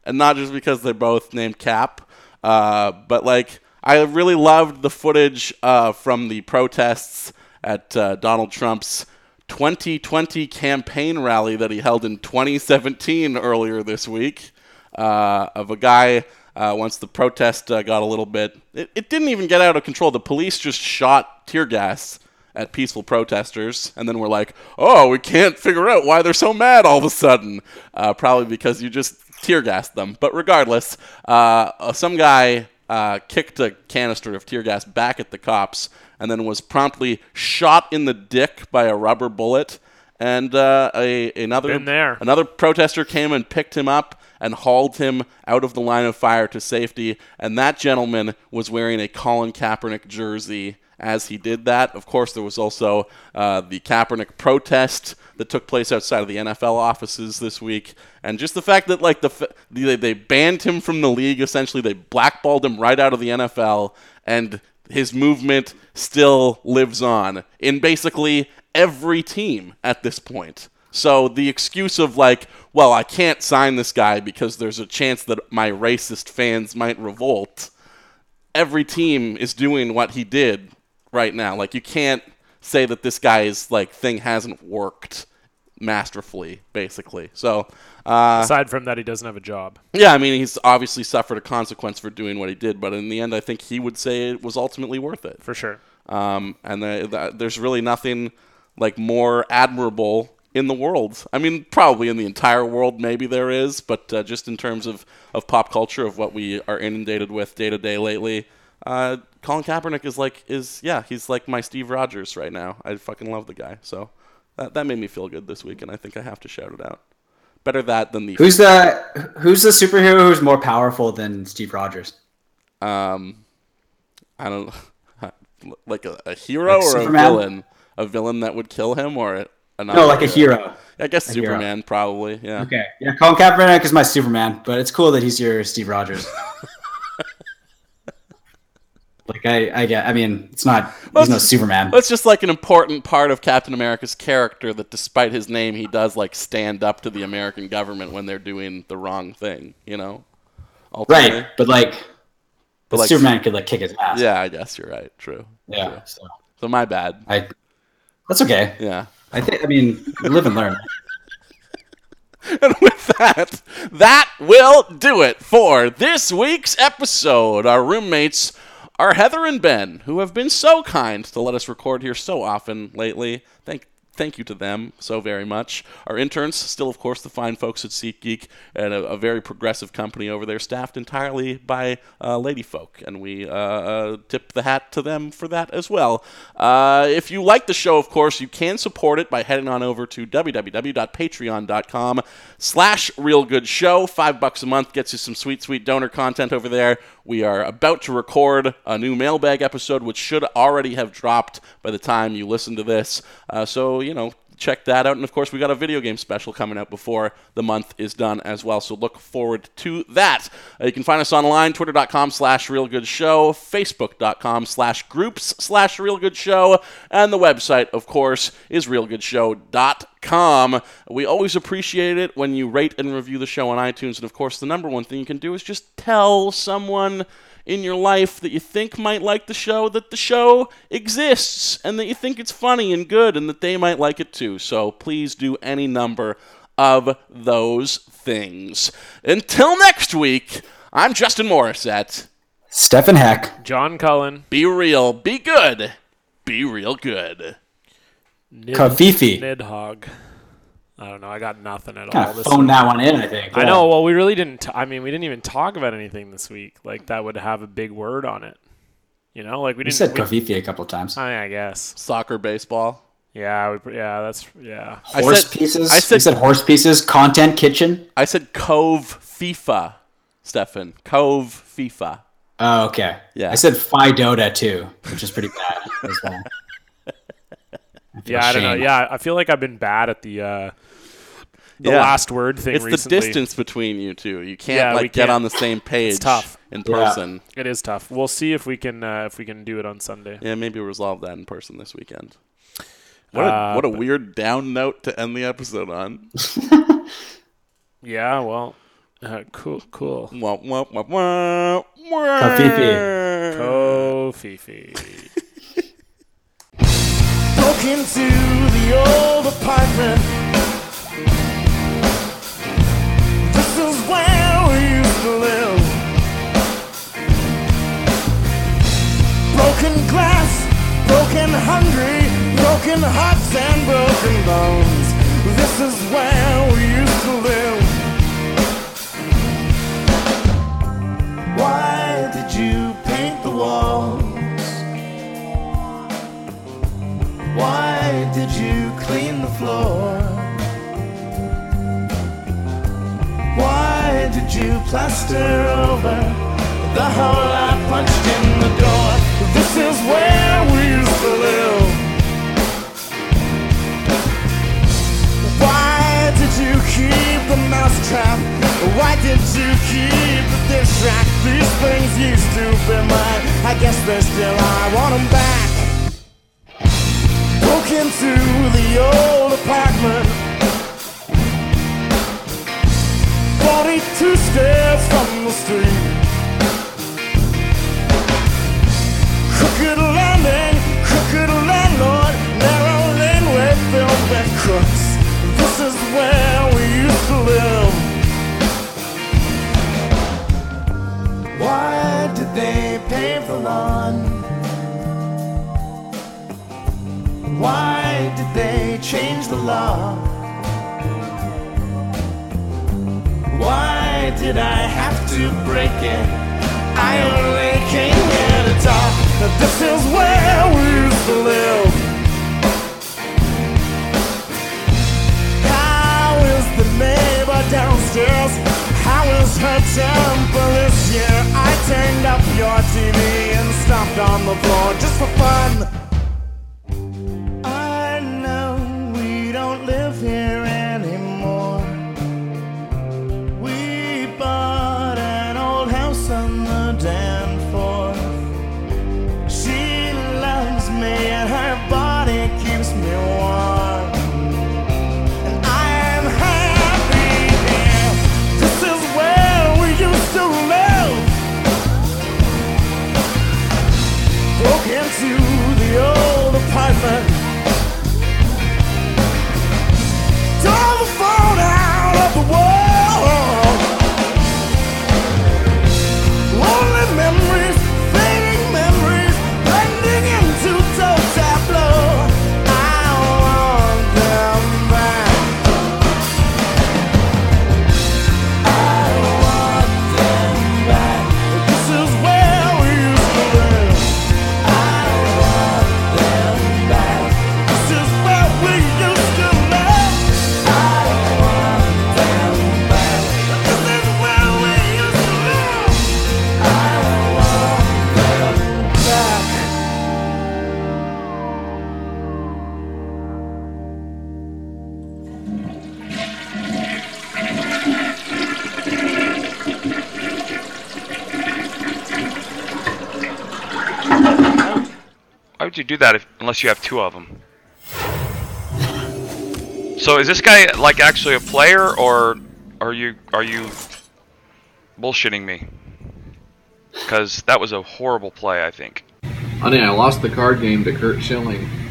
and not just because they're both named Cap, uh, but like I really loved the footage uh, from the protests at uh, Donald Trump's 2020 campaign rally that he held in 2017 earlier this week uh, of a guy. Uh, once the protest uh, got a little bit, it, it didn't even get out of control. The police just shot tear gas at peaceful protesters, and then we're like, "Oh, we can't figure out why they're so mad all of a sudden." Uh, probably because you just tear gassed them. But regardless, uh, uh, some guy uh, kicked a canister of tear gas back at the cops, and then was promptly shot in the dick by a rubber bullet. And uh, a, another Been there. another protester came and picked him up and hauled him out of the line of fire to safety. And that gentleman was wearing a Colin Kaepernick jersey as he did that. Of course, there was also uh, the Kaepernick protest that took place outside of the NFL offices this week, and just the fact that like the f- they, they banned him from the league. Essentially, they blackballed him right out of the NFL, and his movement still lives on in basically every team at this point. So the excuse of like, well, I can't sign this guy because there's a chance that my racist fans might revolt. Every team is doing what he did right now. Like you can't say that this guy's like thing hasn't worked masterfully, basically. So uh, Aside from that, he doesn't have a job. yeah, I mean he's obviously suffered a consequence for doing what he did, but in the end, I think he would say it was ultimately worth it. For sure. Um, and the, the, there's really nothing like more admirable in the world. I mean, probably in the entire world, maybe there is, but uh, just in terms of, of pop culture, of what we are inundated with day to day lately, uh, Colin Kaepernick is like is yeah, he's like my Steve Rogers right now. I fucking love the guy. So that that made me feel good this week, and I think I have to shout it out. Better that than the Who's the Who's the superhero who's more powerful than Steve Rogers? um, I don't like a, a hero Like or Superman? a villain, a villain that would kill him or a, another Oh, like a hero. I guess A hero. Superman probably. Yeah. Okay, yeah, Colin Kaepernick is my Superman, but it's cool that he's your Steve Rogers. like I, I get. I mean, it's not. he's no Superman. That's just like an important part of Captain America's character that despite his name he does like stand up to the American government when they're doing the wrong thing, you know? Ultimately. Right, but like, but like- Superman could like kick his ass. Yeah, I guess you're right. True. Yeah, True. so. So my bad. I, that's okay. Yeah. I think. I mean, live and learn. And with that, that will do it for this week's episode. Our roommates are Heather and Ben, who have been so kind to let us record here so often lately. Thank thank you to them so very much. Our interns, still of course the fine folks at SeatGeek, and a, a very progressive company over there, staffed entirely by uh, lady folk, and we uh, uh, tip the hat to them for that as well. Uh, if you like the show, of course, you can support it by heading on over to www.patreon.com slash real good show. Five bucks a month gets you some sweet, sweet donor content over there. We are about to record a new mailbag episode, which should already have dropped by the time you listen to this. Uh, so, you know, check that out. And of course, we got a video game special coming out before the month is done as well. So look forward to that. Uh, you can find us online, twitter.com slash realgoodshow, facebook.com slash groups slash realgoodshow, and the website, of course, is realgoodshow.com. We always appreciate it when you rate and review the show on iTunes. And of course, the number one thing you can do is just tell someone in your life that you think might like the show that the show exists and that you think it's funny and good and that they might like it too. So please do any number of those things. Until next week, I'm Justin Morissette. Stefan Heck. John Cullen. Be real, be good, be real good. Nid- Kafifi. Nidhog. I don't know. I got nothing at all. Kind of This phone week. that one in. I think. I know. Well, we really didn't. T- I mean, we didn't even talk about anything this week. Like that would have a big word on it. You know, like we You didn't. said we- Kafifi a couple of times. I, I guess. Soccer, baseball. Yeah. We, pr- yeah. That's. Yeah. Horse said- pieces. I I said- said, you said horse pieces. Content kitchen. I said Cove FIFA, Stefan. Cove FIFA. Oh, okay. Yeah. I said Phi Dota too, which is pretty bad as well. Yeah. I don't know. Shame. Yeah. I feel like I've been bad at the uh, the Yeah. last word thing It's recently. the distance between you two. You can't Yeah, like we get can't. on the same page. It's tough in person. It is tough. We'll see if we can uh, if we can do it on Sunday. Yeah, maybe resolve that in person this weekend. What a, Uh, what a but- weird down note to end the episode on. Yeah. Well. Uh, cool. Cool. Wah, wah, wah, wah. Kofifi. Broke into the old apartment. This is where we used to live. Broken glass, broken hungry, broken hearts and broken bones. This is where we used to live. Why did you paint the walls? Why did you clean the floor? Why did you plaster over the hole I punched in the door? This is where we used to live. Why did you keep the mousetrap? Why did you keep the dish rack? These things used to be mine. I guess they still are. I want 'em back. Broke into the old apartment. 42 steps from the street. Crooked landing, crooked landlord, narrow laneway filled with crooks. This is where we used to live. Why did they pave the lawn? Why did they change the law? Why did I have to break it? I only came here to talk. That this is where we used to live. How is the neighbor downstairs? How is her temper this year? I turned up your TV and stomped on the floor just for fun. I know we don't live here anymore. We bought an old house on the Danforth. She loves me and her body keeps me warm. And I'm happy here. This is where we used to live. Broke into the old apartment. Tore the phone out of the wall. Lonely memories, fading memories, blending into dull tableau. I want them back. I want them back. This is where we used to live. I want them back. This is where we used to live. I want them back. This is where we used to live. I want them back. Why would you do that if, unless you have two of them? So is this guy like actually a player, or are you are you bullshitting me? Because that was a horrible play, I think. I mean, I lost the card game to Kurt Schilling.